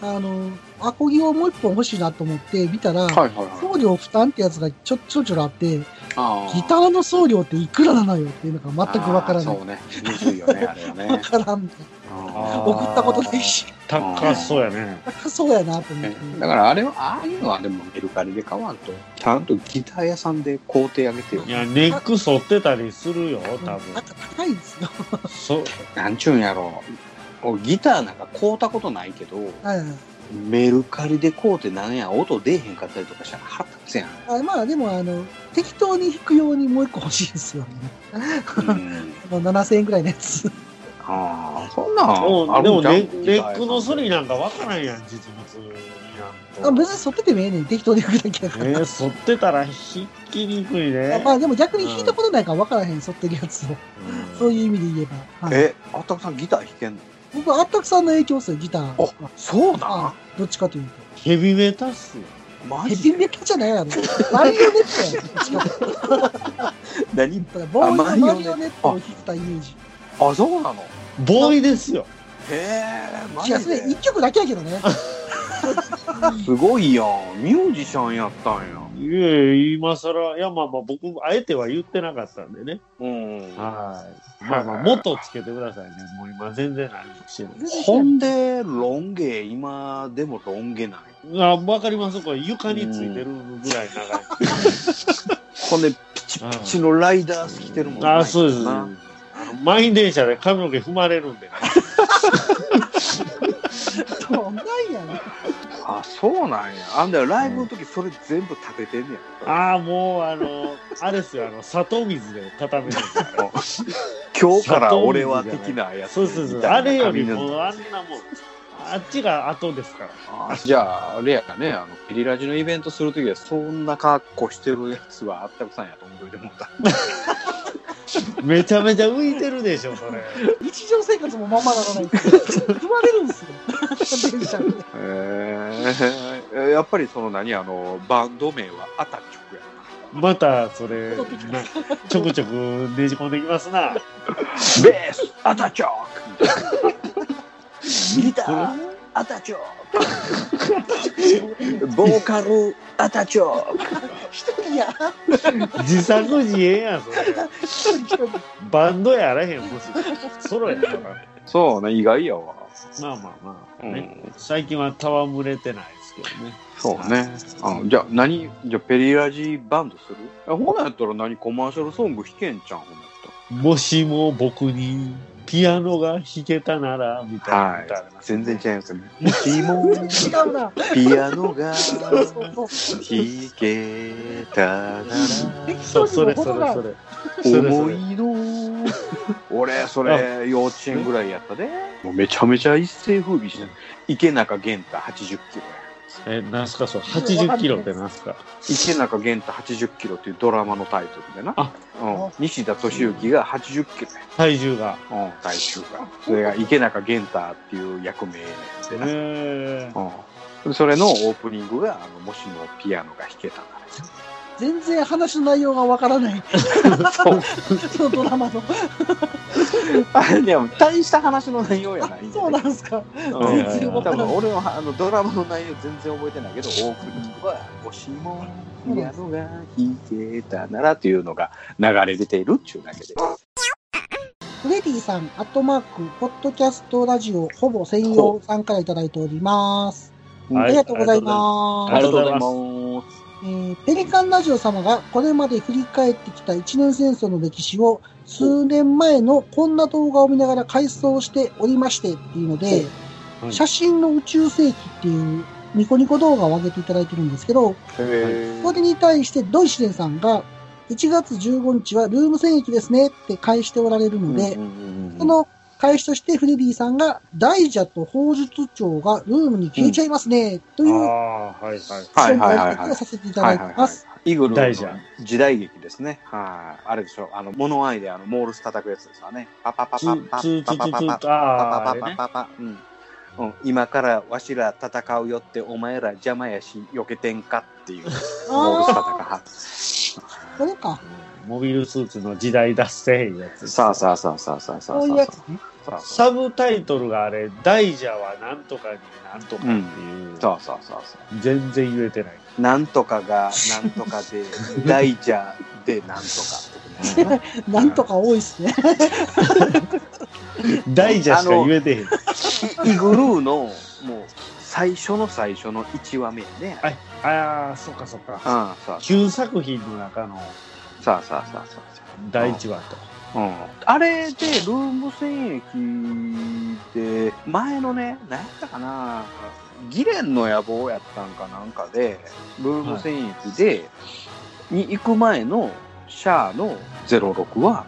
Speaker 2: あの、アコギをもう一本欲しいなと思って見たら、
Speaker 3: はいはいはい
Speaker 2: 送料負担ってやつがちょちょろちょろあって、ギ
Speaker 3: あー
Speaker 2: ターの送料っていくらなのよっていうのが全くわからな
Speaker 3: あー
Speaker 2: い
Speaker 3: そ。うねむずいよねあれは
Speaker 2: わ
Speaker 3: ね
Speaker 2: からん。
Speaker 1: あー
Speaker 2: 送ったことないし、
Speaker 1: 高そうやね。
Speaker 2: 高そうやなと思って。
Speaker 3: だからあれはああいうのはでもメルカリで買わんとちゃんとギター屋さんで工程上げてよ
Speaker 1: いやネック反ってたりするよ
Speaker 2: うん
Speaker 1: 多
Speaker 2: なん
Speaker 1: 分。
Speaker 2: か高いんですよ。
Speaker 1: そ
Speaker 3: なんちゅうんやろ俺ギターなんか買うたことないけど
Speaker 2: はいはい
Speaker 3: メルカリで買うてなんや音出えへんかったりとかしたら腹立つやん、
Speaker 2: あまあでもあの適当に弾くようにもう一個欲しいですよね。
Speaker 3: うん、
Speaker 2: あの7000円ぐらいのやつ。
Speaker 3: ああそんなん
Speaker 1: も
Speaker 3: あ
Speaker 1: うで
Speaker 3: る
Speaker 1: も
Speaker 3: んち
Speaker 1: ネ
Speaker 3: ゃう
Speaker 1: ネックの反りなんかわからんやん実物やん
Speaker 2: あ
Speaker 1: と。
Speaker 2: 別に反っててもええねん。適当に弾くだけだから。
Speaker 1: えー、反ってたら引きにくいね。
Speaker 2: まあでも逆に弾いたことないから分からへん、反ってるやつを。そういう意味で言えば。はい、
Speaker 3: えあったくさんギター弾けんの
Speaker 2: 僕はあったくさんの影響ですよ、ギター。
Speaker 3: あそう
Speaker 2: あ
Speaker 3: な
Speaker 2: どっちかというと。
Speaker 1: ヘビメタっすよ。
Speaker 3: んマ
Speaker 2: ヘ
Speaker 3: ジ
Speaker 2: ビ
Speaker 3: で
Speaker 2: メタじゃないやろ。マリオネットやろどっちかというと。
Speaker 3: 何
Speaker 2: だからボーイ
Speaker 3: あ
Speaker 2: のマ
Speaker 3: マ
Speaker 2: リ
Speaker 3: リ
Speaker 2: オ
Speaker 3: オ
Speaker 2: ネ
Speaker 3: ネ
Speaker 2: ッ
Speaker 3: ッ
Speaker 2: ト
Speaker 3: ト
Speaker 2: を弾いたイメージ。
Speaker 3: あそうなのへ
Speaker 1: ボーイですよ。
Speaker 3: えマ
Speaker 2: いや、
Speaker 3: ジ
Speaker 2: それ
Speaker 3: で
Speaker 2: 1曲だけやけど ね。
Speaker 3: すごいやんミュージシャンやったんや
Speaker 1: いえいえ、今更、いや、まあまあ、僕、あえては言ってなかったんでね。
Speaker 3: うん
Speaker 1: はい。まあまあ、もっとつけてくださいね。もう今、全然何もしてない。
Speaker 3: ほんでロン毛今でもロン毛ない
Speaker 1: あ、わかりますこれ、床についてるぐらい長
Speaker 3: ほんでピチピチのライダース着てるもん
Speaker 1: い。あ、そうです
Speaker 3: なんかな。
Speaker 1: 満員電車で髪の毛踏まれるんで、ね。
Speaker 2: そんなんやね。
Speaker 3: あそうなんやあんだよライブの時それ全部食べてんねや、
Speaker 1: ああ、もう、あの、あれですよ、あの、砂糖水で固めるんですよあれ
Speaker 3: 今日から俺は的なやつ
Speaker 1: そうそうそ
Speaker 3: み
Speaker 1: う。
Speaker 3: た
Speaker 1: あ
Speaker 3: いな
Speaker 1: れより
Speaker 3: 髪の
Speaker 1: も、あんなもん、あっちが後ですから。
Speaker 3: あじゃああれやかねあのピリラジのイベントする時はそんな格好してるやつはあったくさんやと思うてもうた
Speaker 1: めちゃめちゃ浮いてるでしょ、それ。
Speaker 2: 日常生活もまんまならない。踏まれるん すよ。電車で。
Speaker 3: えー、やっぱりその何あのバンド名はアタッチョクや
Speaker 1: また、それ、なちょくちょくねじ込んできますな。
Speaker 3: なベースアタッチョクギターアタッチョクボーカルアタッチョク
Speaker 2: 一 人や。
Speaker 1: 自作自演やん、それ。
Speaker 2: 一人一人。
Speaker 1: バンドやあらへん、もし。ソロやから。
Speaker 3: そうね意外やわ
Speaker 1: まあまあまあ、
Speaker 3: うん
Speaker 1: ね最近は戯れてないですけどね。
Speaker 3: そうね。あじゃあ何、じゃあペリラジバンドするあほなやったら何コマーシャルソング弾けんちゃんほなやっ
Speaker 1: もしも僕にピアノが弾けたなら、み
Speaker 3: たら
Speaker 1: たいな。
Speaker 3: はい。全然違いますよね。もしも
Speaker 2: 違うな。
Speaker 3: ピアノが
Speaker 2: そう
Speaker 3: 弾
Speaker 2: そうそう。
Speaker 3: けたなら
Speaker 2: 適
Speaker 1: そ
Speaker 2: 当
Speaker 1: う、そ
Speaker 2: に
Speaker 1: れそれ
Speaker 2: も程があ
Speaker 1: そ
Speaker 2: る。
Speaker 1: れ。それそ
Speaker 3: 思
Speaker 1: れ
Speaker 3: いの俺、それ、幼稚園ぐらいやったで。もうめちゃめちゃ一世風靡してる。池中玄太80キロや。
Speaker 1: え、なんすか、そう、80キロってなんすか。
Speaker 3: 池中玄太80キロっていうドラマのタイトルでな。
Speaker 1: あ
Speaker 3: うん、西田敏行が80キロ
Speaker 1: 体重が。
Speaker 3: や。うん、体重が。それが池中玄太っていう役名でな。
Speaker 1: へー
Speaker 3: うん。それのオープニングが、あの、もしもピアノが弾けたなら。
Speaker 2: 全然話の内容がわからない。
Speaker 3: そう。
Speaker 2: そのドラマの。
Speaker 3: あれでも、大した話の内容やないんで
Speaker 2: そう
Speaker 3: ね
Speaker 2: なんですか。
Speaker 3: うん
Speaker 1: 全然
Speaker 3: 多
Speaker 1: わからん
Speaker 3: 分俺はあのドラマの内容全然覚えてないけど、オープニングは、もしもピアノが弾けたならっていうのが流れ出ているっていうだけで。
Speaker 2: フレディさん、アットマーク、ポッドキャストラジオ、ほぼ専用さんからいただいております。
Speaker 1: はい
Speaker 2: ありがとうございます。
Speaker 1: ありがとうございます
Speaker 3: ます。
Speaker 2: えーペリカンラジオ様がこれまで振り返ってきた一年戦争の歴史を数年前のこんな動画を見ながら回想しておりましてっていうので、
Speaker 1: はい
Speaker 2: 写真の宇宙世紀っていうニコニコ動画を上げていただいてるんですけど、
Speaker 3: へ
Speaker 2: これに対してドイシデンさんが1月15日はルーム戦役ですねって返しておられるので、その返しとしてフレディさんが大蛇と宝術長がルームに消えちゃいますねという
Speaker 1: あー、はいはい。
Speaker 3: はいはいはい
Speaker 2: 紹
Speaker 3: は
Speaker 2: 介
Speaker 3: い
Speaker 2: を。させていただいてます。
Speaker 3: い。イグルの
Speaker 1: 大事や
Speaker 3: 時代劇ですね。はい。あれでしょ。あの、物合いであの、モールス叩くやつですわね。パパパ
Speaker 1: ツ
Speaker 3: パパ
Speaker 1: ー、ツー、ツ
Speaker 3: パパ
Speaker 1: ー、
Speaker 3: パ
Speaker 1: ツ
Speaker 3: パ
Speaker 1: ー、ツー、あー、
Speaker 3: パ
Speaker 1: あれ
Speaker 3: パパ
Speaker 1: ね
Speaker 3: パパ、うんうん、今からわしら戦うよってお前ら邪魔やし避けてんかっていうモールス
Speaker 2: あ
Speaker 3: 戦
Speaker 2: あ、これか。
Speaker 1: モビルスーツの時代脱せへんやつ。
Speaker 3: さあさあさあさあさあさあ
Speaker 2: そういうやつね。
Speaker 3: さあさ
Speaker 1: サブタイトルがあれ、大蛇はなんとかになんとかっていう
Speaker 3: あ、さあさあさあさ
Speaker 1: 全然言えてない。
Speaker 3: あなんとかがなんとかで大蛇でなんとか
Speaker 2: なんとか多いっすね。
Speaker 1: 大蛇しか言えてへん。
Speaker 3: イグルーのもう最初の最初の1話目やね
Speaker 1: はいああ、そっかそっ
Speaker 3: うん
Speaker 1: か。
Speaker 3: さあ
Speaker 1: 旧作品の中の
Speaker 3: さあさあさあさあ
Speaker 1: 第一話と。
Speaker 3: うんあれで、ルーム戦役で、前のね、何やったかな、ギレンの野望やったんかなんかで、ルーム戦役で、に行く前のシャアの06は、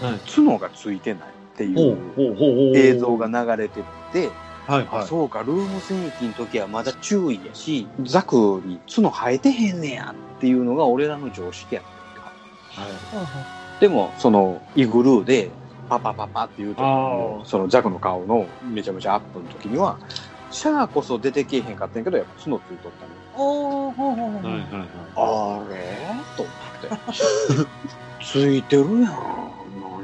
Speaker 1: はい
Speaker 3: 角がついてないってい
Speaker 1: ほう
Speaker 3: う
Speaker 1: ほうほうほう。
Speaker 3: 映像が流れてて、
Speaker 1: はい
Speaker 3: あ
Speaker 1: はい。
Speaker 3: そうか、ルーム戦役の時はまだ注意やし、ザクに角生えてへんねやっていうのが俺らの常識やったんかでも、その、イグルーで、パパパパっていう時の
Speaker 1: あー
Speaker 3: そのザクの顔のめちゃめちゃアップの時には、シャアこそ出てけえへんかったんやけど、やっぱ角ついとったの。
Speaker 2: おー、ほうほうほう。
Speaker 1: はいはいはい。
Speaker 3: あれと思って。 ついてるやん。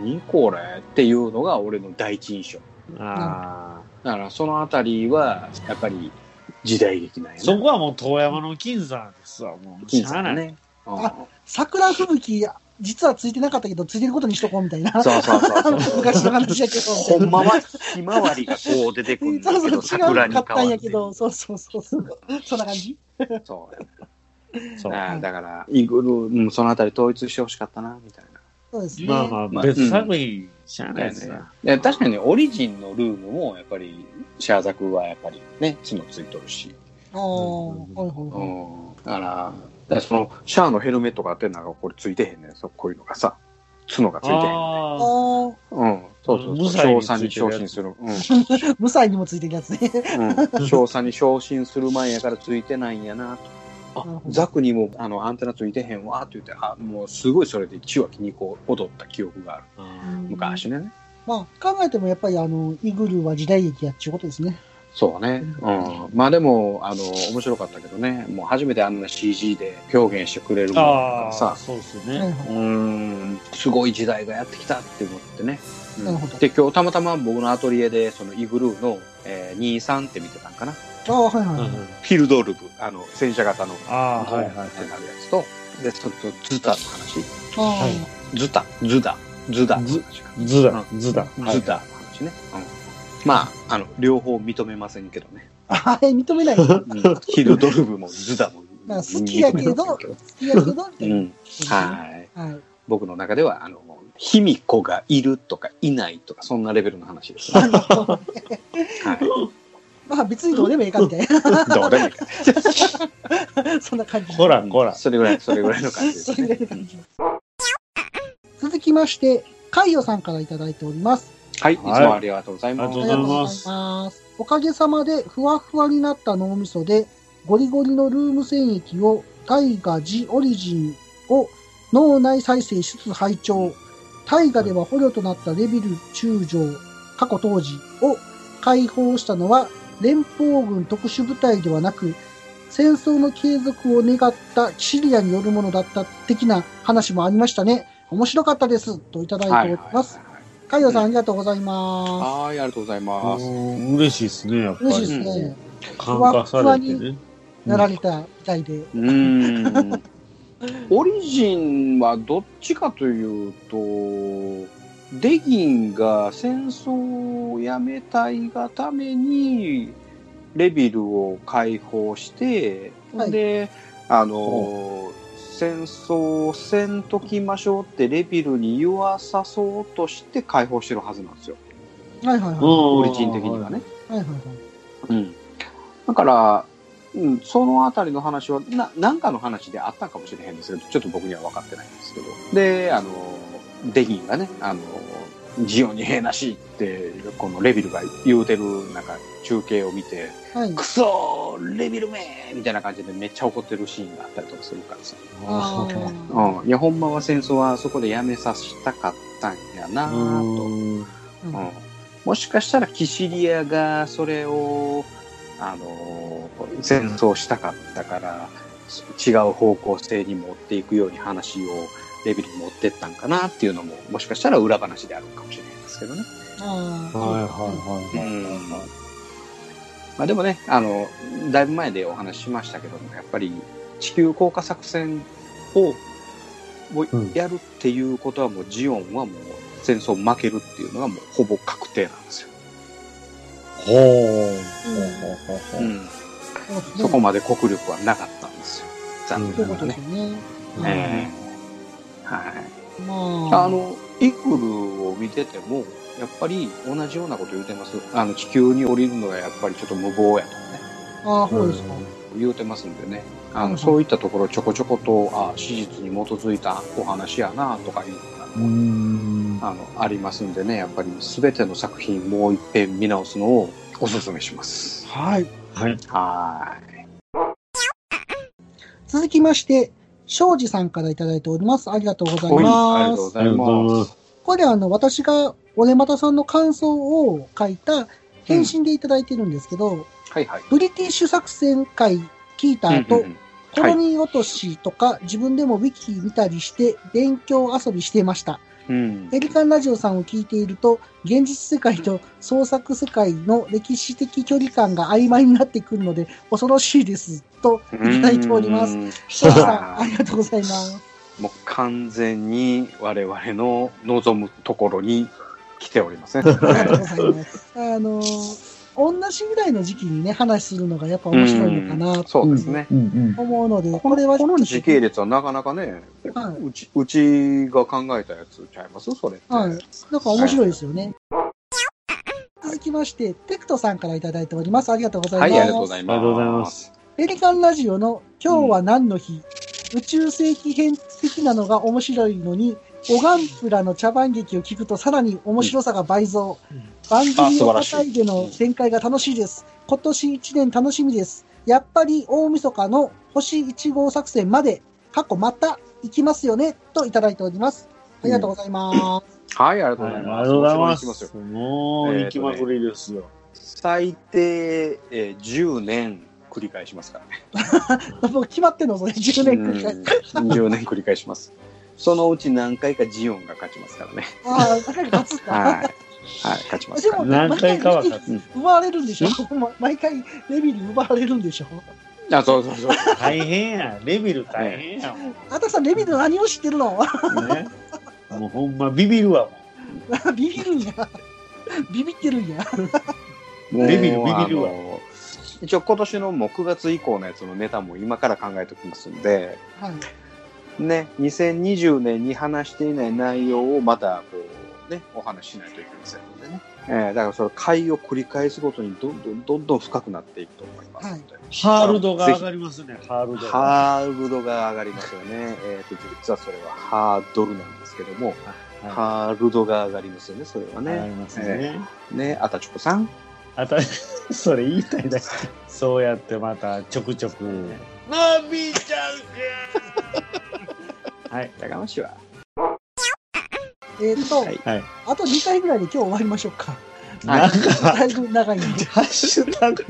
Speaker 3: 何これっていうのが俺の第一印象。
Speaker 1: ああ。
Speaker 3: だから、そのあたりは、やっぱり時代劇なんや
Speaker 1: そこはもう遠山の金さんですわ。もう、
Speaker 3: 金
Speaker 1: しゃ
Speaker 3: さ
Speaker 1: あない
Speaker 3: ん。ね。うん
Speaker 2: 桜吹雪、実はついてなかったけど、ついてることにしとこうみたいな。
Speaker 3: そうそうそうそう。
Speaker 2: 昔の話やけど。
Speaker 3: ほんまはひまわりがこう出てくるんだけ
Speaker 2: そ
Speaker 3: ど、
Speaker 2: うそう、違
Speaker 3: 桜
Speaker 2: う
Speaker 3: に
Speaker 2: か
Speaker 3: 変
Speaker 2: ったん
Speaker 3: わ
Speaker 2: や
Speaker 3: って
Speaker 2: け
Speaker 3: る。
Speaker 2: ど、そうそうそう。そんな感じ
Speaker 3: そう
Speaker 1: そう。
Speaker 3: ああだから、イグルー、うん、そのあたり統一してほしかったな、みたいな。
Speaker 2: そうですね。
Speaker 1: まあま
Speaker 3: ま
Speaker 1: あ、
Speaker 3: あ
Speaker 1: 別作品、しゃあないですわ。
Speaker 3: いや確かにね、オリジンのルームも、やっぱり、シャアザクはやっぱりね、角ついとるし。
Speaker 2: ああ、はいはいは
Speaker 3: う
Speaker 2: い。
Speaker 3: ん。だから、だからその、シャアのヘルメットがあって、なんかこれついてへんねん、そうこういうのがさ、角がついてへんね
Speaker 2: あ
Speaker 1: ああ。
Speaker 2: ー
Speaker 3: ん。うん。そうそう
Speaker 1: 無
Speaker 3: そう。
Speaker 1: 罪
Speaker 3: 賞
Speaker 1: についてるやつ
Speaker 3: 賛に昇進する。うん。
Speaker 2: 無罪にもついてるやつね。
Speaker 3: うん。賞賛に昇進する前やからついてないんや
Speaker 2: な
Speaker 3: な、と。
Speaker 2: る
Speaker 3: あ
Speaker 2: ほ、ど
Speaker 3: ザクにも、あの、アンテナついてへんわ、って言って、あ、もうすごいそれで一話気にこう、踊った記憶がある。昔ね。
Speaker 2: まあ、考えてもやっぱりあの、イグルーは時代劇やっちゅうことですね。
Speaker 3: そうね。うん。まあでも、あの、面白かったけどね、もう初めてあんな CG で表現してくれるものだから
Speaker 1: ああ、
Speaker 3: さ、
Speaker 1: そうです
Speaker 2: はいは
Speaker 1: ね。
Speaker 2: い。
Speaker 3: うん、すごい時代がやってきたって思ってね。うん
Speaker 2: なるほど
Speaker 3: で、今日たまたま僕のアトリエで、そのイグルーの、えー、23って見てたんかな。フ
Speaker 2: ああ、はいは
Speaker 1: う
Speaker 2: い
Speaker 1: ん
Speaker 2: はい。
Speaker 3: ィルドルブ、あの、戦車型の、
Speaker 1: ああ、はいはいはい
Speaker 3: ってなるやつと、で、そとズタの話。
Speaker 2: あ
Speaker 1: はい
Speaker 3: ズタ、ズダ、ズダの話か。
Speaker 1: 図だ、図だ。
Speaker 3: ズダの話ね。うん。まあ、あの、両方認めませんけど ね。
Speaker 2: あ、あれ 認めない。好
Speaker 3: うんヒルドルブもズダも。
Speaker 2: まあ好きやけどきやけど、みた
Speaker 3: う
Speaker 2: いな。
Speaker 3: ん。はい。
Speaker 2: はい。
Speaker 3: 僕の中では、あの、卑弥呼がいるとかいないとか、そんなレベルの話です、ね。 はい。
Speaker 2: まあ別にどうでもいいかみたいな。
Speaker 3: どうでもいいか
Speaker 2: そんな 感じ。
Speaker 1: ほら、ほら。
Speaker 3: それぐらい、それぐらいの感じで
Speaker 2: そ
Speaker 3: す
Speaker 2: れぐらい
Speaker 3: ね
Speaker 2: の。感じ。続きまして、海洋さんからいただいております。
Speaker 3: はい、いつもありがとうござい
Speaker 1: あ
Speaker 3: ま
Speaker 1: り
Speaker 3: す。
Speaker 1: がとうございます
Speaker 2: ありがとうございます。おかげさまで、ふわふわになった脳みそで、ゴリゴリのルーム戦役を、大河ジオリジンを脳内再生しつつ拝聴。大河では捕虜となったレビル中将、過去当時を解放したのは、連邦軍特殊部隊ではなく、戦争の継続を願ったシリアによるものだった的な話もありましたね。面白かったです。といただいております。カイドさん、ありがとうございます。
Speaker 3: はい、ありがとうございます。
Speaker 1: うん嬉しいですね、やっぱ
Speaker 2: 嬉しいです
Speaker 1: り。
Speaker 2: ね。
Speaker 1: 感化されてね。
Speaker 2: やられたみたいで。
Speaker 3: うーん。オリジンはどっちかというと、デギンが戦争をやめたいがために、レビルを解放して、
Speaker 2: はい
Speaker 3: で、あの、戦争をせんときましょうってレビルに言わさそうとして解放してるはずなんですよ。
Speaker 2: はいはい
Speaker 1: う
Speaker 2: はい。
Speaker 1: ん
Speaker 2: は
Speaker 3: オリジン的にはね。。
Speaker 2: いはいはい。
Speaker 3: うん、だから、うん、そのあたりの話はな何かの話であったかもしれへんですけどちょっと僕には分かってないんですけどであのデギンがねあのジオに兵なしってこのレビルが言うてるなんか中継を見て
Speaker 2: はい
Speaker 3: 「ク。ソーレビルめ!」みたいな感じでめっちゃ怒ってるシーンがあったりとかするからさ、
Speaker 2: あー
Speaker 3: うん、いやほんまは戦争はそこでやめさせたかったんやな
Speaker 1: う
Speaker 3: と。
Speaker 1: ん
Speaker 2: うん
Speaker 3: うんもしかしたらキシリアがそれを、あのー戦争したかったから、違う方向性に持っていくように話をレベルに持ってったんかなっていうのも、もしかしたら裏話であるかもしれないですけどね。
Speaker 2: あー
Speaker 1: はいはいはいはいはいはい。
Speaker 3: まあ、でもね、あの、だいぶ前でお話ししましたけども、やっぱり地球降下作戦をを
Speaker 1: うん
Speaker 3: やるっていうことはもうジオンはもう戦争負けるっていうのはもうほぼ確定なんですよ。
Speaker 1: ほうほうほうほう。
Speaker 3: ん
Speaker 2: そうですね
Speaker 3: そこまで国力はなかったんですよ。残
Speaker 2: そういうこと
Speaker 3: 念ながら
Speaker 2: です
Speaker 3: ね。
Speaker 2: よね。
Speaker 3: ええはい。
Speaker 2: うんまあ。
Speaker 3: あ、の、イクルを見てても、やっぱり同じようなこと言うてます。あの、地球に降りるのがやっぱりちょっと無謀やとかね、
Speaker 2: ああ、そうですか。
Speaker 3: 言うてますんでね。あ
Speaker 2: うん
Speaker 3: の、そういったところちょこちょこと、あ史実に基づいたお話やなとかいうの
Speaker 1: うん。
Speaker 3: が、あの、ありますんでね、やっぱり全ての作品もう一遍見直すのをおすすめします。
Speaker 2: はい。
Speaker 1: はい。
Speaker 3: は
Speaker 2: 続きまして、庄司さんからいただいております。ありがとうござい
Speaker 3: ーい。はい、あ
Speaker 2: ま
Speaker 3: りがとうご
Speaker 1: あ
Speaker 2: す。
Speaker 3: ざ
Speaker 1: り
Speaker 3: い
Speaker 1: がとうござい
Speaker 3: ま。
Speaker 1: ますす。
Speaker 2: これあの、私が、俺またさんの感想を書いた、返信でいただいてるんですけど、
Speaker 3: はいはい。
Speaker 2: ブリティッシュ作戦会聞いた後、
Speaker 3: うんうんうん
Speaker 2: コロニー落としとか、自分でもウィキ見たりして、勉強遊びしてました。
Speaker 3: うん
Speaker 2: ペリカンラジオさんを聞いていると、現実世界と創作世界の歴史的距離感が曖昧になってくるので、恐ろしいです。と、いただいております。
Speaker 3: うん
Speaker 2: 庄司さん、ありがとうございます。
Speaker 3: もう完全に我々の望むところに来ておりません、
Speaker 2: ありがとうございます。あのー、同じぐらいの時期にね、話するのがやっぱ面白いのかなと
Speaker 3: そうですね。
Speaker 1: うんうん。
Speaker 2: 思うので、
Speaker 3: こ
Speaker 2: これは
Speaker 3: の
Speaker 2: ち
Speaker 3: こ
Speaker 2: ょっ
Speaker 3: の
Speaker 2: と
Speaker 3: 時系列はなかなかね、
Speaker 2: はいう
Speaker 3: ちうちが考えたやつちゃいますそれって。
Speaker 2: はい。なんか面白いですよね。続きまして、テクトさんからいただいております。ありがとうござい
Speaker 3: は
Speaker 2: ます。
Speaker 3: い、ありがとうござい
Speaker 1: ありがとうござい
Speaker 3: ま
Speaker 1: ますす。
Speaker 2: ペリカンラジオの今日は何の日、宇宙世紀編的なのが面白いのに、オガンプラの茶番劇を聞くとさらに面白さが倍増。番
Speaker 3: あ
Speaker 2: 組
Speaker 3: 素
Speaker 2: を
Speaker 3: 晴
Speaker 2: ま
Speaker 3: らしい
Speaker 2: たいでの展開が楽しいです。今年1年楽しみです。やっぱり大晦日の星1号作戦まで、過去また行きますよね、といただいております。ありがとうございます。
Speaker 3: はい、ありがとう
Speaker 1: は
Speaker 3: ご
Speaker 1: い
Speaker 3: ざ
Speaker 1: ありが
Speaker 3: います。
Speaker 1: とうございま
Speaker 3: もちろん行きますよ
Speaker 1: す。もう行きまくりですよ。
Speaker 3: 最低、えー10年繰り返しますからね。
Speaker 2: もう決まってんの、それ。10年くらい。
Speaker 3: うん10年繰り返します。そのうち何回かジオンが勝ちますからね。
Speaker 2: ああ、だから勝つんだ。
Speaker 3: はい。はい、勝 ちます
Speaker 2: で
Speaker 3: から
Speaker 2: も、
Speaker 1: 何回かは勝
Speaker 2: 毎回
Speaker 1: つ。
Speaker 2: 奪われるんでしょ 毎回レビに奪われるんでしょ
Speaker 3: あ、そうそうそう。
Speaker 1: 大変や。レビル大変やもん。
Speaker 2: あたさんレビの何を知ってるの
Speaker 1: ね。もうほんまビビるわもん。
Speaker 2: ビビるんや ビビってるんや
Speaker 3: もう
Speaker 1: ビビるビビるわ
Speaker 3: あの一応今年のもう9月以降のやつのネタも今から考えておきますんで、
Speaker 2: はい
Speaker 3: ね、2020年に話していない内容をまたこう、ね、お話ししないといけませんのでね。えーだからそれ回を繰り返すごとにどんどんどんどん深くなっていくと思いますので、
Speaker 1: ハールドが上がりますね。ハールドが。
Speaker 3: ハードルが上がりますよね。えーと実はそれはハードルなんですけども、ハールドが上がりますよね、それはね。
Speaker 1: ありますね。
Speaker 3: ね、あたちこさん。
Speaker 1: あた、 それ言いたいだけ。そうやってまたちょくちょく。のびちゃんくんはい。
Speaker 3: やかましいわ。
Speaker 2: えっ、と、
Speaker 3: はい
Speaker 1: はい。
Speaker 2: あと2回ぐらいで今日終わりましょうか。
Speaker 1: なんか、
Speaker 2: だいぶ長いんで。
Speaker 1: ハッシュタグ、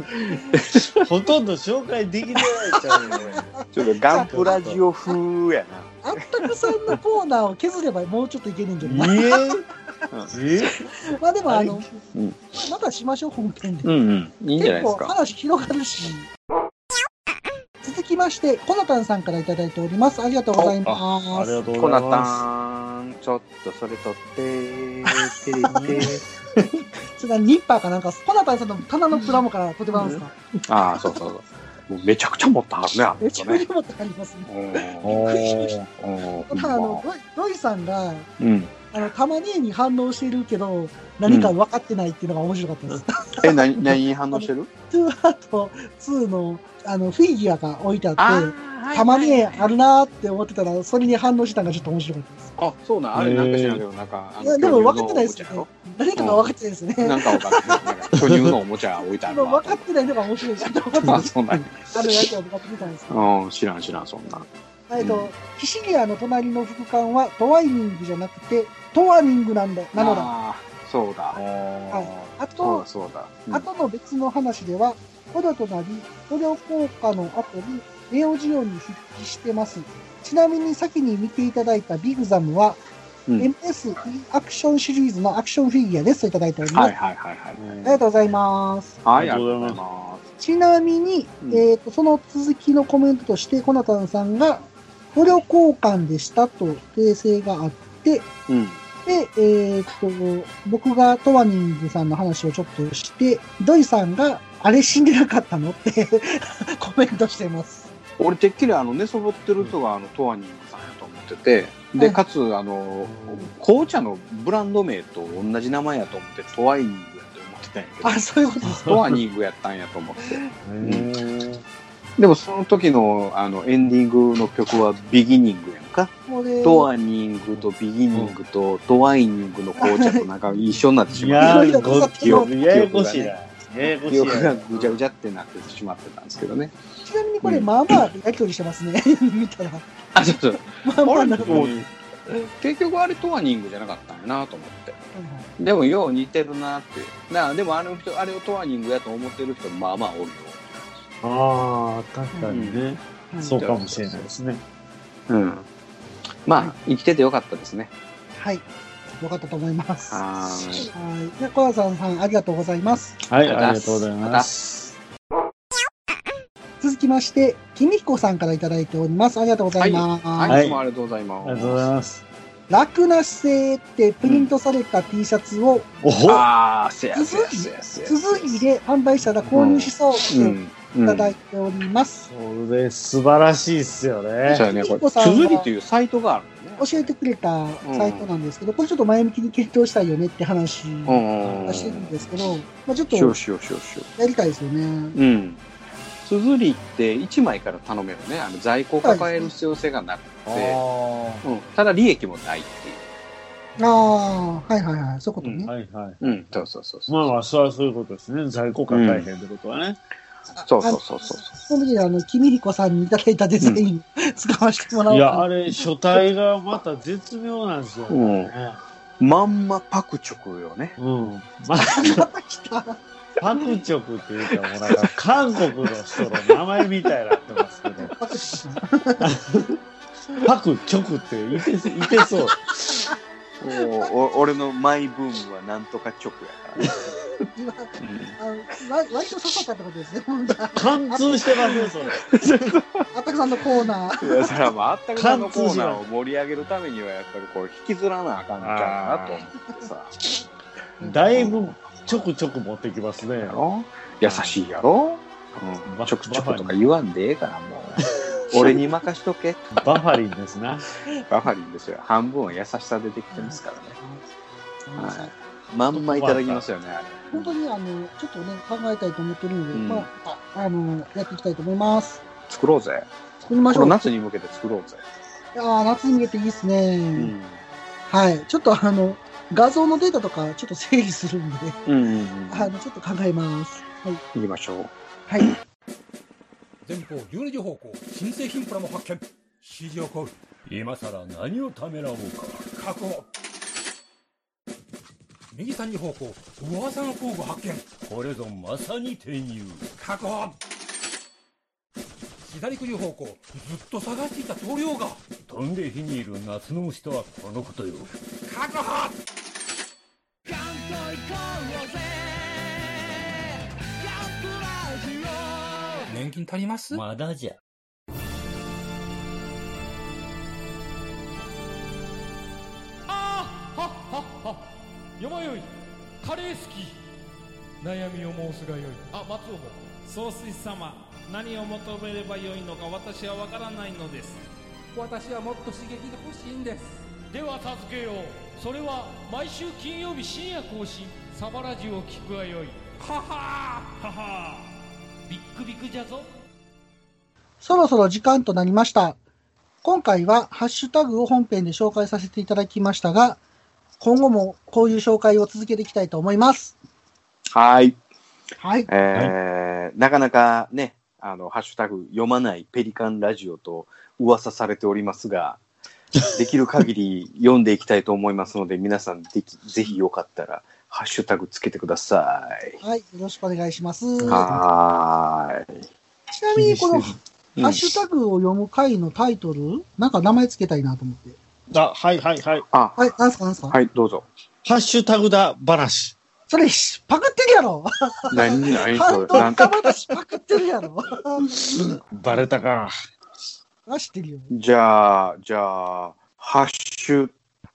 Speaker 1: ほとんど紹介できてないちゃうよ、これ
Speaker 3: ちょっとガンプラジオ風や
Speaker 2: あったくさんのコーナーを削ればもうちょっといけねえんじゃない
Speaker 1: ええ
Speaker 2: まあでもあの、
Speaker 3: うん
Speaker 2: またしましょう、本編で。
Speaker 3: な。うんうん。いいんじゃな
Speaker 2: 結
Speaker 3: いです
Speaker 2: 構
Speaker 3: か。
Speaker 2: 話広がるし。続きまして、コナタンさんからいただいております。ありがとうござい
Speaker 1: あ
Speaker 2: ま
Speaker 1: り
Speaker 2: す。
Speaker 1: がとう
Speaker 3: コ
Speaker 1: ござ
Speaker 3: ナ
Speaker 1: いま
Speaker 3: タン、ちょっとそれ取って、テレビで。
Speaker 2: それからニッパーかなんか、コナタンさんの棚のプラモからとてもあるんですか、
Speaker 3: ああ、そうそうそう。もうめちゃくちゃ持ったはずね、あの
Speaker 2: めち
Speaker 3: 人
Speaker 2: ゃくち
Speaker 3: ね。
Speaker 2: ゃ持ってありますね。
Speaker 1: す。おー
Speaker 3: お
Speaker 2: ただあの、ロイロイさんが、
Speaker 3: うん。
Speaker 2: あの、たまにに反応してるけど、何か分かってないっていうのが面白かったです。
Speaker 3: え、何、何に反応してる
Speaker 2: トゥーハート2の、あの、フィギュアが置いてあって、
Speaker 3: あ
Speaker 2: たまにねあるなーって思ってたら、それに反応したのがちょっと面白かったです。
Speaker 3: あ、そうなん、あれなんか知らんけど、なんか、あ
Speaker 2: いや、でも分かってないですけ
Speaker 3: けど
Speaker 2: ど。、何かが分かってないですね。
Speaker 3: なんか分かってない。なんか巨乳のおもちゃ置いてあ
Speaker 2: あ
Speaker 3: る
Speaker 2: の
Speaker 3: わ
Speaker 2: 分。かってないのが面白いなと思って
Speaker 3: あ、
Speaker 2: ます。
Speaker 3: そうなん
Speaker 2: あのやつを使ってみたんですけど。
Speaker 3: や。うん、知らん知らん、そんな。
Speaker 2: えっと、キシリアの隣の副官はトワイニングじゃなくて、トワニングなんだ、なのだ。
Speaker 3: あーそうだ。
Speaker 1: は
Speaker 2: あ
Speaker 3: そうだ、
Speaker 2: と、
Speaker 3: そうだ。うん
Speaker 2: 後の別の話では、捕虜となり、捕虜効果の後にネオジオに復帰してます。ちなみに先に見ていただいたビグザムは、
Speaker 3: うん
Speaker 2: MS アクションシリーズのアクションフィギュアですといただいております。
Speaker 3: はいはいはいはい。
Speaker 2: ありがとうございます。
Speaker 3: は、
Speaker 1: はいい
Speaker 3: あ
Speaker 1: あ
Speaker 3: り
Speaker 1: り
Speaker 3: が
Speaker 1: が
Speaker 3: と
Speaker 1: と
Speaker 3: う
Speaker 1: う
Speaker 3: ご
Speaker 1: ご
Speaker 3: ざ
Speaker 1: ざ
Speaker 3: い
Speaker 1: い
Speaker 3: ます。
Speaker 2: ちなみに、
Speaker 3: うん
Speaker 2: えっ、と、その続きのコメントとして、コナタンさんが、捕虜交換でしたと訂正があって、
Speaker 3: うん。
Speaker 2: で、えっ、と、僕がトワニングさんの話をちょっとして、ドイさんが、あれ死んでなかったのって コメントしてます。
Speaker 3: 俺、てっきりあの、寝そぼってる人が、あの、トワニングさんやと思ってて、で、
Speaker 2: うん
Speaker 3: かつ、あの、紅茶のブランド名と同じ名前やと思って、トワイニングやと思ってたんやけど
Speaker 2: あ、、そういうことです。
Speaker 3: トワニングやったんやと思って。
Speaker 1: い。
Speaker 3: でも、その時の、あの、エンディングの曲は、ビギニングやんか。
Speaker 2: これ、
Speaker 3: トワニングとビギニングと、トワイニングの紅茶となんか一緒になってし
Speaker 1: い
Speaker 3: まった。
Speaker 1: や
Speaker 2: い
Speaker 1: ー、
Speaker 2: ろいろ
Speaker 1: ご
Speaker 2: 記憶
Speaker 3: がね
Speaker 1: ややこしいな。ややこし
Speaker 3: 記
Speaker 1: い
Speaker 3: 憶が
Speaker 1: な。
Speaker 3: ぐちゃぐちゃってなってしまってたんですけどね。
Speaker 2: ちなみにこれ、まあまあ、やりとりしてますね。 見たら。
Speaker 3: あ、そうそう。
Speaker 2: まあまあなるほど。
Speaker 3: もう結局あれトワニングじゃなかったんやなと思って。
Speaker 2: はいはい
Speaker 3: でもよう似てるなって。なあでもあの人、あれをトワニングやと思ってる人まあまあおるよ。
Speaker 1: ああ、確かにね。
Speaker 2: はい
Speaker 1: そうかもしれないですね。
Speaker 3: うん。まあ、生きててよかったですね。
Speaker 2: はい。よかったと思います。は。
Speaker 3: はいーい。
Speaker 2: で、コナタンさん、ありがとうございます。
Speaker 1: はい、ありがとうございます。
Speaker 2: 続きまして、君彦さんからいただいております。ありがとうございます。
Speaker 3: はい、どうもありがとうございます。
Speaker 1: ありがとうございます。
Speaker 2: 楽な姿勢ってプリントされた T シャツを
Speaker 1: おほ
Speaker 3: ああ、せやせやせやせや。
Speaker 2: 続いで販売したら購入しそう
Speaker 3: う
Speaker 2: って
Speaker 3: ん。
Speaker 2: いうただ
Speaker 3: ん
Speaker 2: いております。
Speaker 1: これ素晴らしいっすよね
Speaker 3: そう。やね、こ
Speaker 2: ピン
Speaker 3: れ。
Speaker 2: 子さんは
Speaker 3: 綴りというサイトがあるのね。
Speaker 2: 教えてくれたサイトなんですけど、これちょっと前向きに検討したいよねって話
Speaker 3: うん。
Speaker 2: がしてるんですけど、まあ、ちょっと
Speaker 3: しようしようしようしよ
Speaker 2: やりたいですよね。
Speaker 3: う。うん。綴りって1枚から頼めるね。あの在庫を抱える必要性がなく
Speaker 1: あ
Speaker 3: て、うん、ただ利益もないっていう。
Speaker 2: ああ、はいはいはい、そういうことね。
Speaker 1: ーはいはい。
Speaker 3: うん、そうそうそうそう。
Speaker 1: まあまあ、それはそういうことですね。在庫が大変ってことはね。
Speaker 3: そうそうそうそう。
Speaker 2: その時にあの、君彦さんにいただいたデザイン、使わせてもらお
Speaker 1: いうや、
Speaker 2: か
Speaker 1: あれ、書体がまた絶妙なんですよね。
Speaker 3: うんまんまパクチョクよね。
Speaker 1: うん。まあ、
Speaker 2: な。来た
Speaker 1: パクチョクっていうか、もうなんか、韓国の人の名前みたいになってますけど、パクチョクっていていてそう。
Speaker 3: もうお俺のマイブームはなんとかチョクやからね。
Speaker 2: 今あのわ割と刺さったってことですね、本当は
Speaker 1: 貫通してますね、それ。
Speaker 2: あたくさんのコーナー。
Speaker 3: いや、それはもうあったくさんのコーナーを盛り上げるためには、やっぱりこう引きずらなあかんちゃうなと思ってさ。
Speaker 1: だいぶちょくちょく持ってきますね
Speaker 3: や。ろ優しいやろ、う
Speaker 1: バ
Speaker 3: ん、ちょくちょくとか言わんでええからもう俺に任しとけ
Speaker 1: バファリンですな。
Speaker 3: バファリンですよ半分は優しさでできてますからねはいまんまいただきますよねあれ
Speaker 2: 本当にあのちょっとね考えたいと思ってるので、
Speaker 3: うん
Speaker 2: まああのやっていきたいと思います。
Speaker 3: 作ろうぜ
Speaker 2: 作りま
Speaker 3: こ
Speaker 2: しょ
Speaker 3: の
Speaker 2: う。あ
Speaker 3: 夏に向けて作ろうぜ、
Speaker 2: あー夏に向けていいですね。
Speaker 3: うん
Speaker 2: はい。ちょっとあの、画像のデータとかちょっと整理するんで、
Speaker 3: うんうんうん。
Speaker 2: あの、ちょっと考えます。はい。
Speaker 3: 行きましょう。
Speaker 2: はい。
Speaker 6: 前方12時方向新製品プラも発見指示を行う
Speaker 7: 今さら何をためらおうか
Speaker 6: 確保右3時方向噂の工具発見
Speaker 7: これぞまさに転入
Speaker 6: 確保左9時方向ずっと探していた棟梁が
Speaker 7: 飛んで火にいる夏の虫とはこのことよ
Speaker 6: 確保年金足ります
Speaker 7: まだじゃ
Speaker 8: あーはっはっはよまよいカレー好き悩みを申すがよいあ松尾も
Speaker 9: 総帥様何を求めればよいのか私は分からないのです
Speaker 8: 私はもっと刺激が欲しいんですでは助けようそれは毎週金曜日深夜更新サバラジュを聞くがよいははーははービックビックじゃぞ
Speaker 2: そろそろ時間となりました。今回はハッシュタグを本編で紹介させていただきましたが、今後もこういう紹介を続けていきたいと思います。
Speaker 3: はい。
Speaker 2: はい。
Speaker 3: えーなかなかね、あの、ハッシュタグ読まないペリカンラジオと噂されております が、できる限り読んでいきたいと思いますので、皆さんでき、ぜひよかったら、ハッシュタグつけてください。
Speaker 2: はい。よろしくお願いします。
Speaker 3: はーい。
Speaker 2: ちなみにこのハ
Speaker 3: うん
Speaker 2: ッシュタグを読む回のタイトル、なんか名前つけたいなと思って。
Speaker 1: あ、はいはいはい。
Speaker 3: あ、
Speaker 2: はい。なんすかなんすか、
Speaker 3: はい、どうぞ。
Speaker 1: ハッシュタグだ話。
Speaker 2: それ、しパクってるやろ
Speaker 3: 何、 何、
Speaker 2: ハ
Speaker 3: そ
Speaker 2: ン
Speaker 3: れ
Speaker 2: ト
Speaker 3: なん
Speaker 2: 深話パクってるや ろ
Speaker 1: バレたか。
Speaker 2: あ、知ってるよ。
Speaker 3: じゃあ、じゃあ、ハッシュ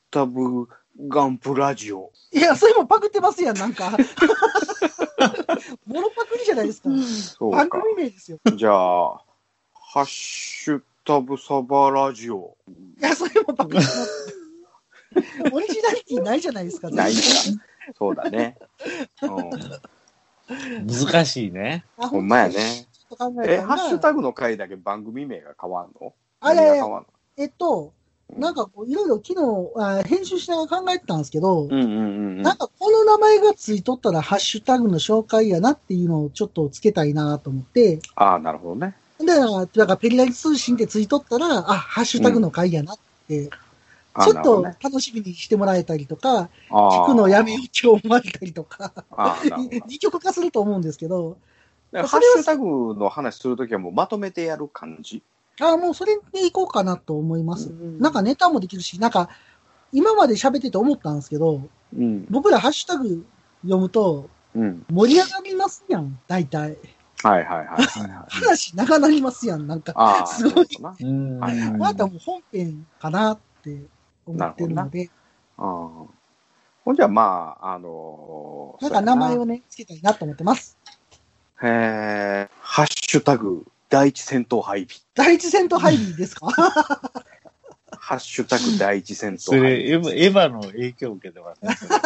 Speaker 3: タグガンプラジオ。
Speaker 2: いや、それもパクってますやん、なんか。 モノパクリじゃないですか。
Speaker 3: そう
Speaker 2: 番
Speaker 3: か
Speaker 2: 組。名ですよ。
Speaker 3: じゃあ、ハッシュタグサバラジオ。
Speaker 2: いや、それもパクってま す。オリジナリティないじゃないですか。
Speaker 3: ないか。そうだね。う
Speaker 1: 難しいね。
Speaker 2: あ
Speaker 3: ん。ほんまや。ね。
Speaker 2: ちょっと考え
Speaker 3: え、
Speaker 2: たら
Speaker 3: ハッシュタグの回だけ番組名が変わんの
Speaker 2: あいやいや
Speaker 3: 何が変わんの
Speaker 2: えっと、なんかこう、いろいろ昨日あ、編集しながら考えてたんですけど、
Speaker 3: うんうんうん
Speaker 2: なんかこの名前がついとったら、ハッシュタグの紹介やなっていうのをちょっとつけたいなと思って、
Speaker 3: ああ、なるほどね。
Speaker 2: で、なんかペリライ通信ってついとったら、あ、ハッシュタグの回やなって、ち
Speaker 3: あ
Speaker 2: ょっと
Speaker 3: なる
Speaker 2: 楽しみにしてもらえたりとか、
Speaker 3: ほどね
Speaker 2: 聞くのやめようって思われたりとか、
Speaker 3: あーあー、なるほど。
Speaker 2: 二極化すると思うんですけど、
Speaker 3: だからハッシュタグの話するときはもうまとめてやる感じ。
Speaker 2: あもうそれでいこうかなと思います。なんかネタもできるし、なんか、今まで喋ってて思ったんですけど、
Speaker 3: うん。
Speaker 2: 僕らハッシュタグ読むと
Speaker 3: うん。
Speaker 2: 盛り上がりますやん、大体。
Speaker 3: はいはいはいはいはい。
Speaker 2: 話長なりますやん、なんか。
Speaker 3: あ あ、
Speaker 2: すごい
Speaker 3: そうだな。
Speaker 1: うん
Speaker 3: はいはい
Speaker 2: またもう本編かなって思ってるので、
Speaker 3: あーほんじゃ、まあ、あのー
Speaker 2: なんか名前
Speaker 3: そう
Speaker 2: をね、つけたいなと思ってます。
Speaker 3: やなへーハッシュタグ、第一戦闘配備。
Speaker 2: 第一戦闘配備です か
Speaker 3: ハッシュタグ、第一戦闘
Speaker 1: そ
Speaker 3: 配
Speaker 1: れ、
Speaker 3: 備。
Speaker 1: エヴァエヴァの影響を受けてますね。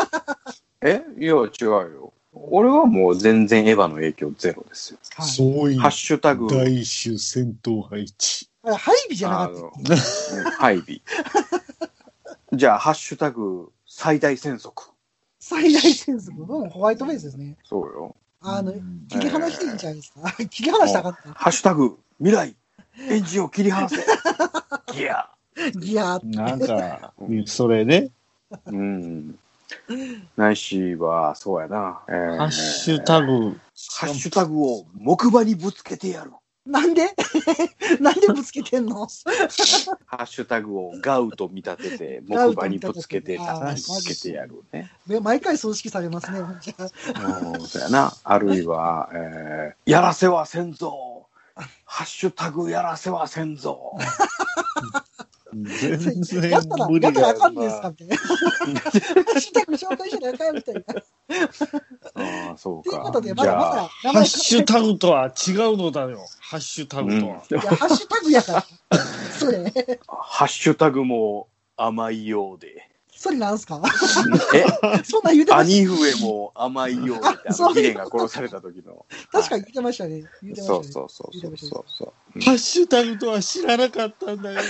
Speaker 3: えいや、違うよ。俺はもう全然エヴァの影響ゼロですよ。
Speaker 2: はい
Speaker 1: そうい
Speaker 3: ハッシュタグ、うん
Speaker 1: 一種戦闘配置。
Speaker 2: 配備じゃなかったっけ
Speaker 3: 配備。 じゃあ、ハッシュタグ、最大戦速。
Speaker 2: 最大戦争のホワイトベースですね。
Speaker 3: そうよ。
Speaker 2: あの、切り離していいんじゃないですか。切り離したらあかっ
Speaker 3: ハッシュタグ、未来、エンジンを切 り離せ。ギア。
Speaker 2: た。ギアー
Speaker 1: なんか、それね、
Speaker 3: うん。ないしは、そうやな。えー
Speaker 1: ハッシュタグ、
Speaker 3: ハッシュタグを木馬にぶつけてやる。
Speaker 2: なんで なんでぶつけてんの
Speaker 3: ハッシュタグをガウと見立てて、木馬にぶつけて
Speaker 2: ガウと見
Speaker 3: た、ぶ
Speaker 2: 立てて
Speaker 3: つけてやるね。
Speaker 2: ね毎回葬式されますね。じゃ
Speaker 3: うん、そうやな。あるいは、えー、やらせはせんぞ。ハッシュタグやらせはせんぞ。
Speaker 1: 全
Speaker 2: あ、
Speaker 1: 然
Speaker 2: やったら、
Speaker 1: 無
Speaker 2: やっ
Speaker 1: 理が
Speaker 2: たら
Speaker 1: あ
Speaker 2: あ
Speaker 1: る
Speaker 2: かん
Speaker 1: な
Speaker 2: ですかみたい な。ハッシュタグ紹介したらあかんみたいな。と
Speaker 3: ああ、そう
Speaker 2: いう
Speaker 3: か
Speaker 2: ことで、。ま
Speaker 3: じ
Speaker 2: だま
Speaker 3: ゃあ
Speaker 2: だ、名
Speaker 1: ハ
Speaker 2: 前
Speaker 1: ッシュタグとは違うのだよ。ハッシュタグとは。
Speaker 2: いや、ハッシュタグやから。それ、
Speaker 3: ハッシュタグも甘いようで。
Speaker 2: それなんすか
Speaker 3: え
Speaker 2: そんなん言うてまし
Speaker 3: 兄上も甘いようでって、あ
Speaker 2: そうい
Speaker 3: の
Speaker 2: う
Speaker 3: ギレンが殺された時の。
Speaker 2: た。確かに言ってましたね。言ってました
Speaker 3: そ
Speaker 2: ね。
Speaker 3: うそうそうそうそうそう。
Speaker 1: ハッシュタグとは知らなかったんだよ。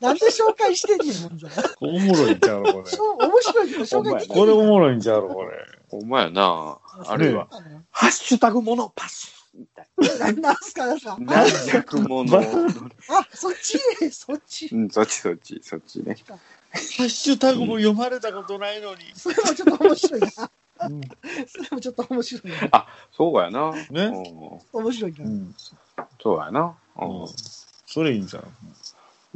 Speaker 2: なんで紹介してんねん、ほんじゃ。
Speaker 1: おもろいんちゃうのこ
Speaker 2: そう、面白いけど紹介
Speaker 1: れ。
Speaker 2: でき
Speaker 1: これおもろいんちゃうのこれ。
Speaker 10: ほんまやな。あれは。
Speaker 3: ハッシュタグものパスみたい
Speaker 2: ない。なんすか、 なんすか。
Speaker 10: 何百もの。
Speaker 2: あ、そっち、そっち。
Speaker 3: うん、そっちそっち、そっちね。
Speaker 1: ハッシュタグも読まれたことないのに。
Speaker 2: それもちょっと面白いな。それもちょっと面白いな。
Speaker 3: そうやな。
Speaker 1: ね
Speaker 3: うん
Speaker 2: 面白いうな。
Speaker 1: ん。
Speaker 3: そうやな。
Speaker 1: うんそれいいんじゃん。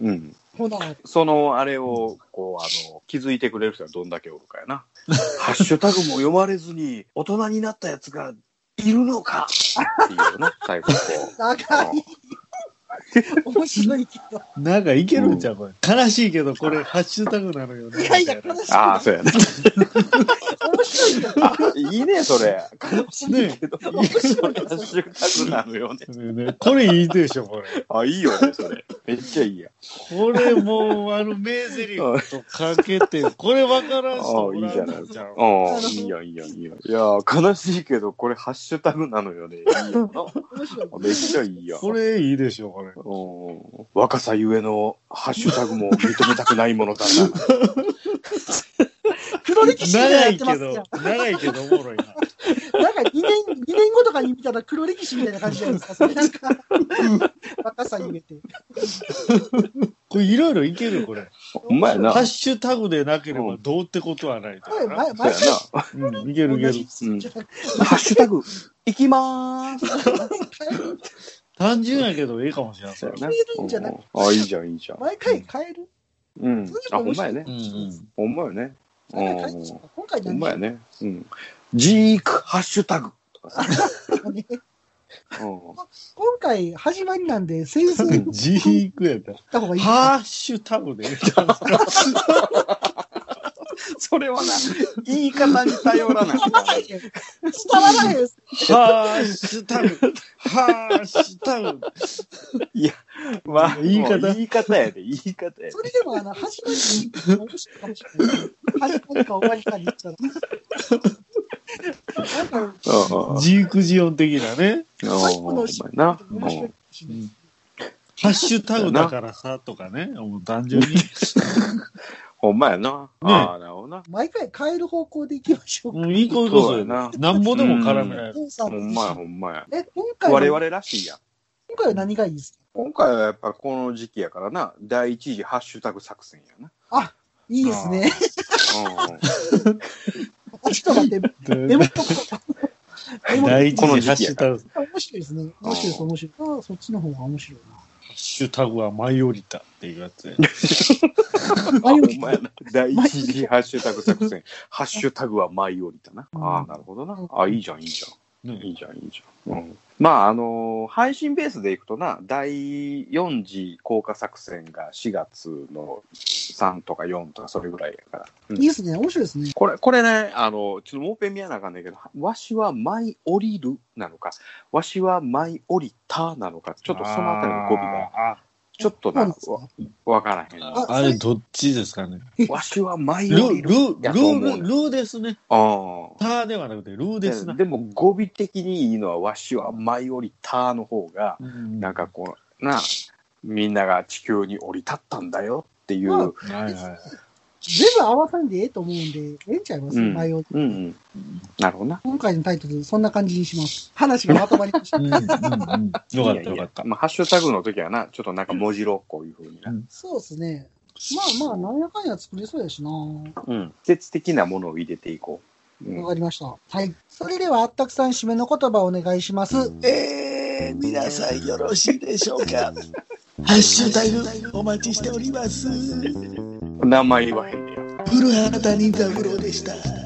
Speaker 3: うん。うん。
Speaker 2: ほな、
Speaker 3: そのあれを、こう、あの、気づいてくれる人はどんだけおるかやな。 ハッシュタグも読まれずに、大人になったやつがいるのかっていうな、最後こ
Speaker 2: 長い。面白いけど。
Speaker 1: なんかいけるんちゃうこれ。悲しいけど、これハッシュタグなのよね。
Speaker 2: いやいや、
Speaker 1: みた
Speaker 2: 悲
Speaker 1: な
Speaker 2: し
Speaker 3: う。
Speaker 2: い。
Speaker 3: ああ、そうやな。
Speaker 2: 面白いよ。
Speaker 3: あいいね、それ。悲しいけど。ハ
Speaker 2: 面白いよ
Speaker 3: ッシュタグなのよね。
Speaker 1: ねねこれいいでしょ、これ。
Speaker 3: あ、いいよね、それ。めっちゃいいや。
Speaker 1: これもう、あの、名台詞とかけて、これわからん人おらんのちゃう
Speaker 3: ああ、いいや、いいや、いいや。いや、悲しいけど、これハッシュタグなのよね。いいよ な。
Speaker 2: 面白い。
Speaker 3: めっちゃいいや。
Speaker 1: これいいでしょ、これ。
Speaker 3: うん若さゆえのハッシュタグも認めたくないものだな。
Speaker 2: 黒歴史みた
Speaker 1: 長い
Speaker 2: いなやってま
Speaker 1: け
Speaker 2: す
Speaker 1: ど
Speaker 2: よ。、
Speaker 1: 長いけどおもろいな。
Speaker 2: なんか2年、二年後とかに見たら黒歴史みたいな感じじゃないですか。それなんか、若さ言えて。
Speaker 1: これいろいろいける、これ。
Speaker 3: ほんまやな。
Speaker 1: ハッ
Speaker 3: そ
Speaker 1: シュタグでなければどうってことはないからな。
Speaker 2: 前、
Speaker 3: う
Speaker 2: 前
Speaker 3: や、な。
Speaker 1: うん、いけるい
Speaker 2: 同
Speaker 1: け
Speaker 2: じ
Speaker 1: る。
Speaker 3: うん
Speaker 2: じゃなくて
Speaker 3: ハッシュタグ、いきまー す。
Speaker 1: 単純やけどええかもしれない。
Speaker 3: そうやな
Speaker 2: れるんじゃない
Speaker 3: うんあ、いいじゃん、いいじゃん。
Speaker 2: 毎回変える。
Speaker 3: うん。あ、ほんまやね
Speaker 1: う。んうん。
Speaker 3: ほんまやね。
Speaker 2: 毎回変える。今回
Speaker 3: ほ
Speaker 2: 何
Speaker 3: んまや
Speaker 2: だ
Speaker 3: ね。うん。ジークハッシュタグ。
Speaker 2: ね。
Speaker 3: うん
Speaker 2: 今回始まりなんで、センス打っ
Speaker 1: ジークやった。
Speaker 2: た方がいい。
Speaker 1: ハッシュタグでええか
Speaker 3: それはな、言い方に頼らない。
Speaker 2: 伝わらへん。
Speaker 1: ハッシュタグ、ハッシュタグ。
Speaker 3: まあ、
Speaker 1: 言い方
Speaker 3: もう言い方やで、言い方やで
Speaker 2: そ。れでも、あの、始まりに面白いかもしれない。始まりか終わりかに言ったら。なんか、
Speaker 3: うんうん
Speaker 1: ジークジオン的なね。
Speaker 2: 最後の
Speaker 3: 面
Speaker 2: シ
Speaker 3: 白
Speaker 2: ー
Speaker 3: いな。
Speaker 2: ン面白いかもしれない。
Speaker 1: ハッシュタグだからさ、とかね。もう単純に。
Speaker 3: ほんまやな。ああ、なるほどな。
Speaker 2: 毎回変える方向でいきましょうか。
Speaker 1: うん、いいことこそやな。なんぼでも絡めない。
Speaker 2: 父さん
Speaker 3: ほんまや、ほんまや。
Speaker 2: え、今回は、
Speaker 3: 我
Speaker 2: 今
Speaker 3: 々らしいやん。
Speaker 2: 回は何がいいですか
Speaker 3: 今回はやっぱこの時期やからな、第一次ハッシュタグ作戦やな。
Speaker 2: いいですね。
Speaker 3: う
Speaker 2: あ ちょっと待って、メモっとこう。メモっ
Speaker 1: 第一
Speaker 2: とこ
Speaker 1: 次ハッシュタグ。ハ
Speaker 2: う面白いですね。面白いです、面白い。あーそっちの方が面白い
Speaker 1: ッシュタグは舞い降りたっていうやつや。
Speaker 2: な。前
Speaker 3: ん。ほ
Speaker 2: よ
Speaker 3: ん
Speaker 2: り
Speaker 3: まやな。第一次ハッシュタグ作戦。ハッシュタグは舞い降りたな。ああ、なるほどな。あいいじゃん、いいじゃん。
Speaker 1: ね
Speaker 3: いいじゃん、いいじゃん。うん。まあ、あのー配信ベースでいくとな、第4次降下作戦が4月の3とか4とかそれぐらいやから。うん
Speaker 2: いいですね、面白いですね。
Speaker 3: これ、これね、あの、ちょっともうぺん見やなあかんねんけど、わしは舞い降りるなのか、わしは舞い降りたなのか、ちょっとそのあたりの語尾が、
Speaker 1: が。
Speaker 3: ちょっと
Speaker 2: そう
Speaker 3: な、
Speaker 2: なん
Speaker 3: わ
Speaker 2: ですか
Speaker 3: わからへん
Speaker 1: あ
Speaker 3: な。
Speaker 1: あれ、どっちですかね。
Speaker 3: わしは舞い
Speaker 1: ル、
Speaker 3: 降り
Speaker 1: ル、ル
Speaker 3: る。やと思う
Speaker 1: ー、ルーですね。
Speaker 3: ああ。
Speaker 1: ターではなくて、ルー
Speaker 3: で
Speaker 1: ですな。
Speaker 3: でも語尾的にいいのは、わしは舞い降りたの方が、
Speaker 1: うん
Speaker 3: なんかこう、な、みんなが地球に降り立ったんだよっていう、
Speaker 2: まあ
Speaker 1: はいはい。
Speaker 2: 全部合わさんでええと思うんで、ええんちゃいます、
Speaker 3: うん
Speaker 2: 前より
Speaker 3: うんうん。なるほどな。
Speaker 2: 今回のタイトル、そんな感じにします。話がまとまりまし
Speaker 1: う
Speaker 2: た。
Speaker 1: んうんうん。よかった
Speaker 3: い
Speaker 1: よ
Speaker 3: やい
Speaker 1: か
Speaker 3: や
Speaker 1: った。
Speaker 3: まあ、ハッシュタグの時はな、ちょっとなんか文字ろこういうふうにな。
Speaker 2: そうですね。まあまあ、なんやかんや作れそうやしな。わ
Speaker 3: うん、季節的なものを入れていこう。うん
Speaker 2: かりました。はい。それでは、あったくさん、締めの言葉お願いします。
Speaker 11: えー、皆さんよろしいでしょうか。ハッシュタグお待ちしております。
Speaker 3: 名前言わへんねや。
Speaker 11: 古畑任三郎でした。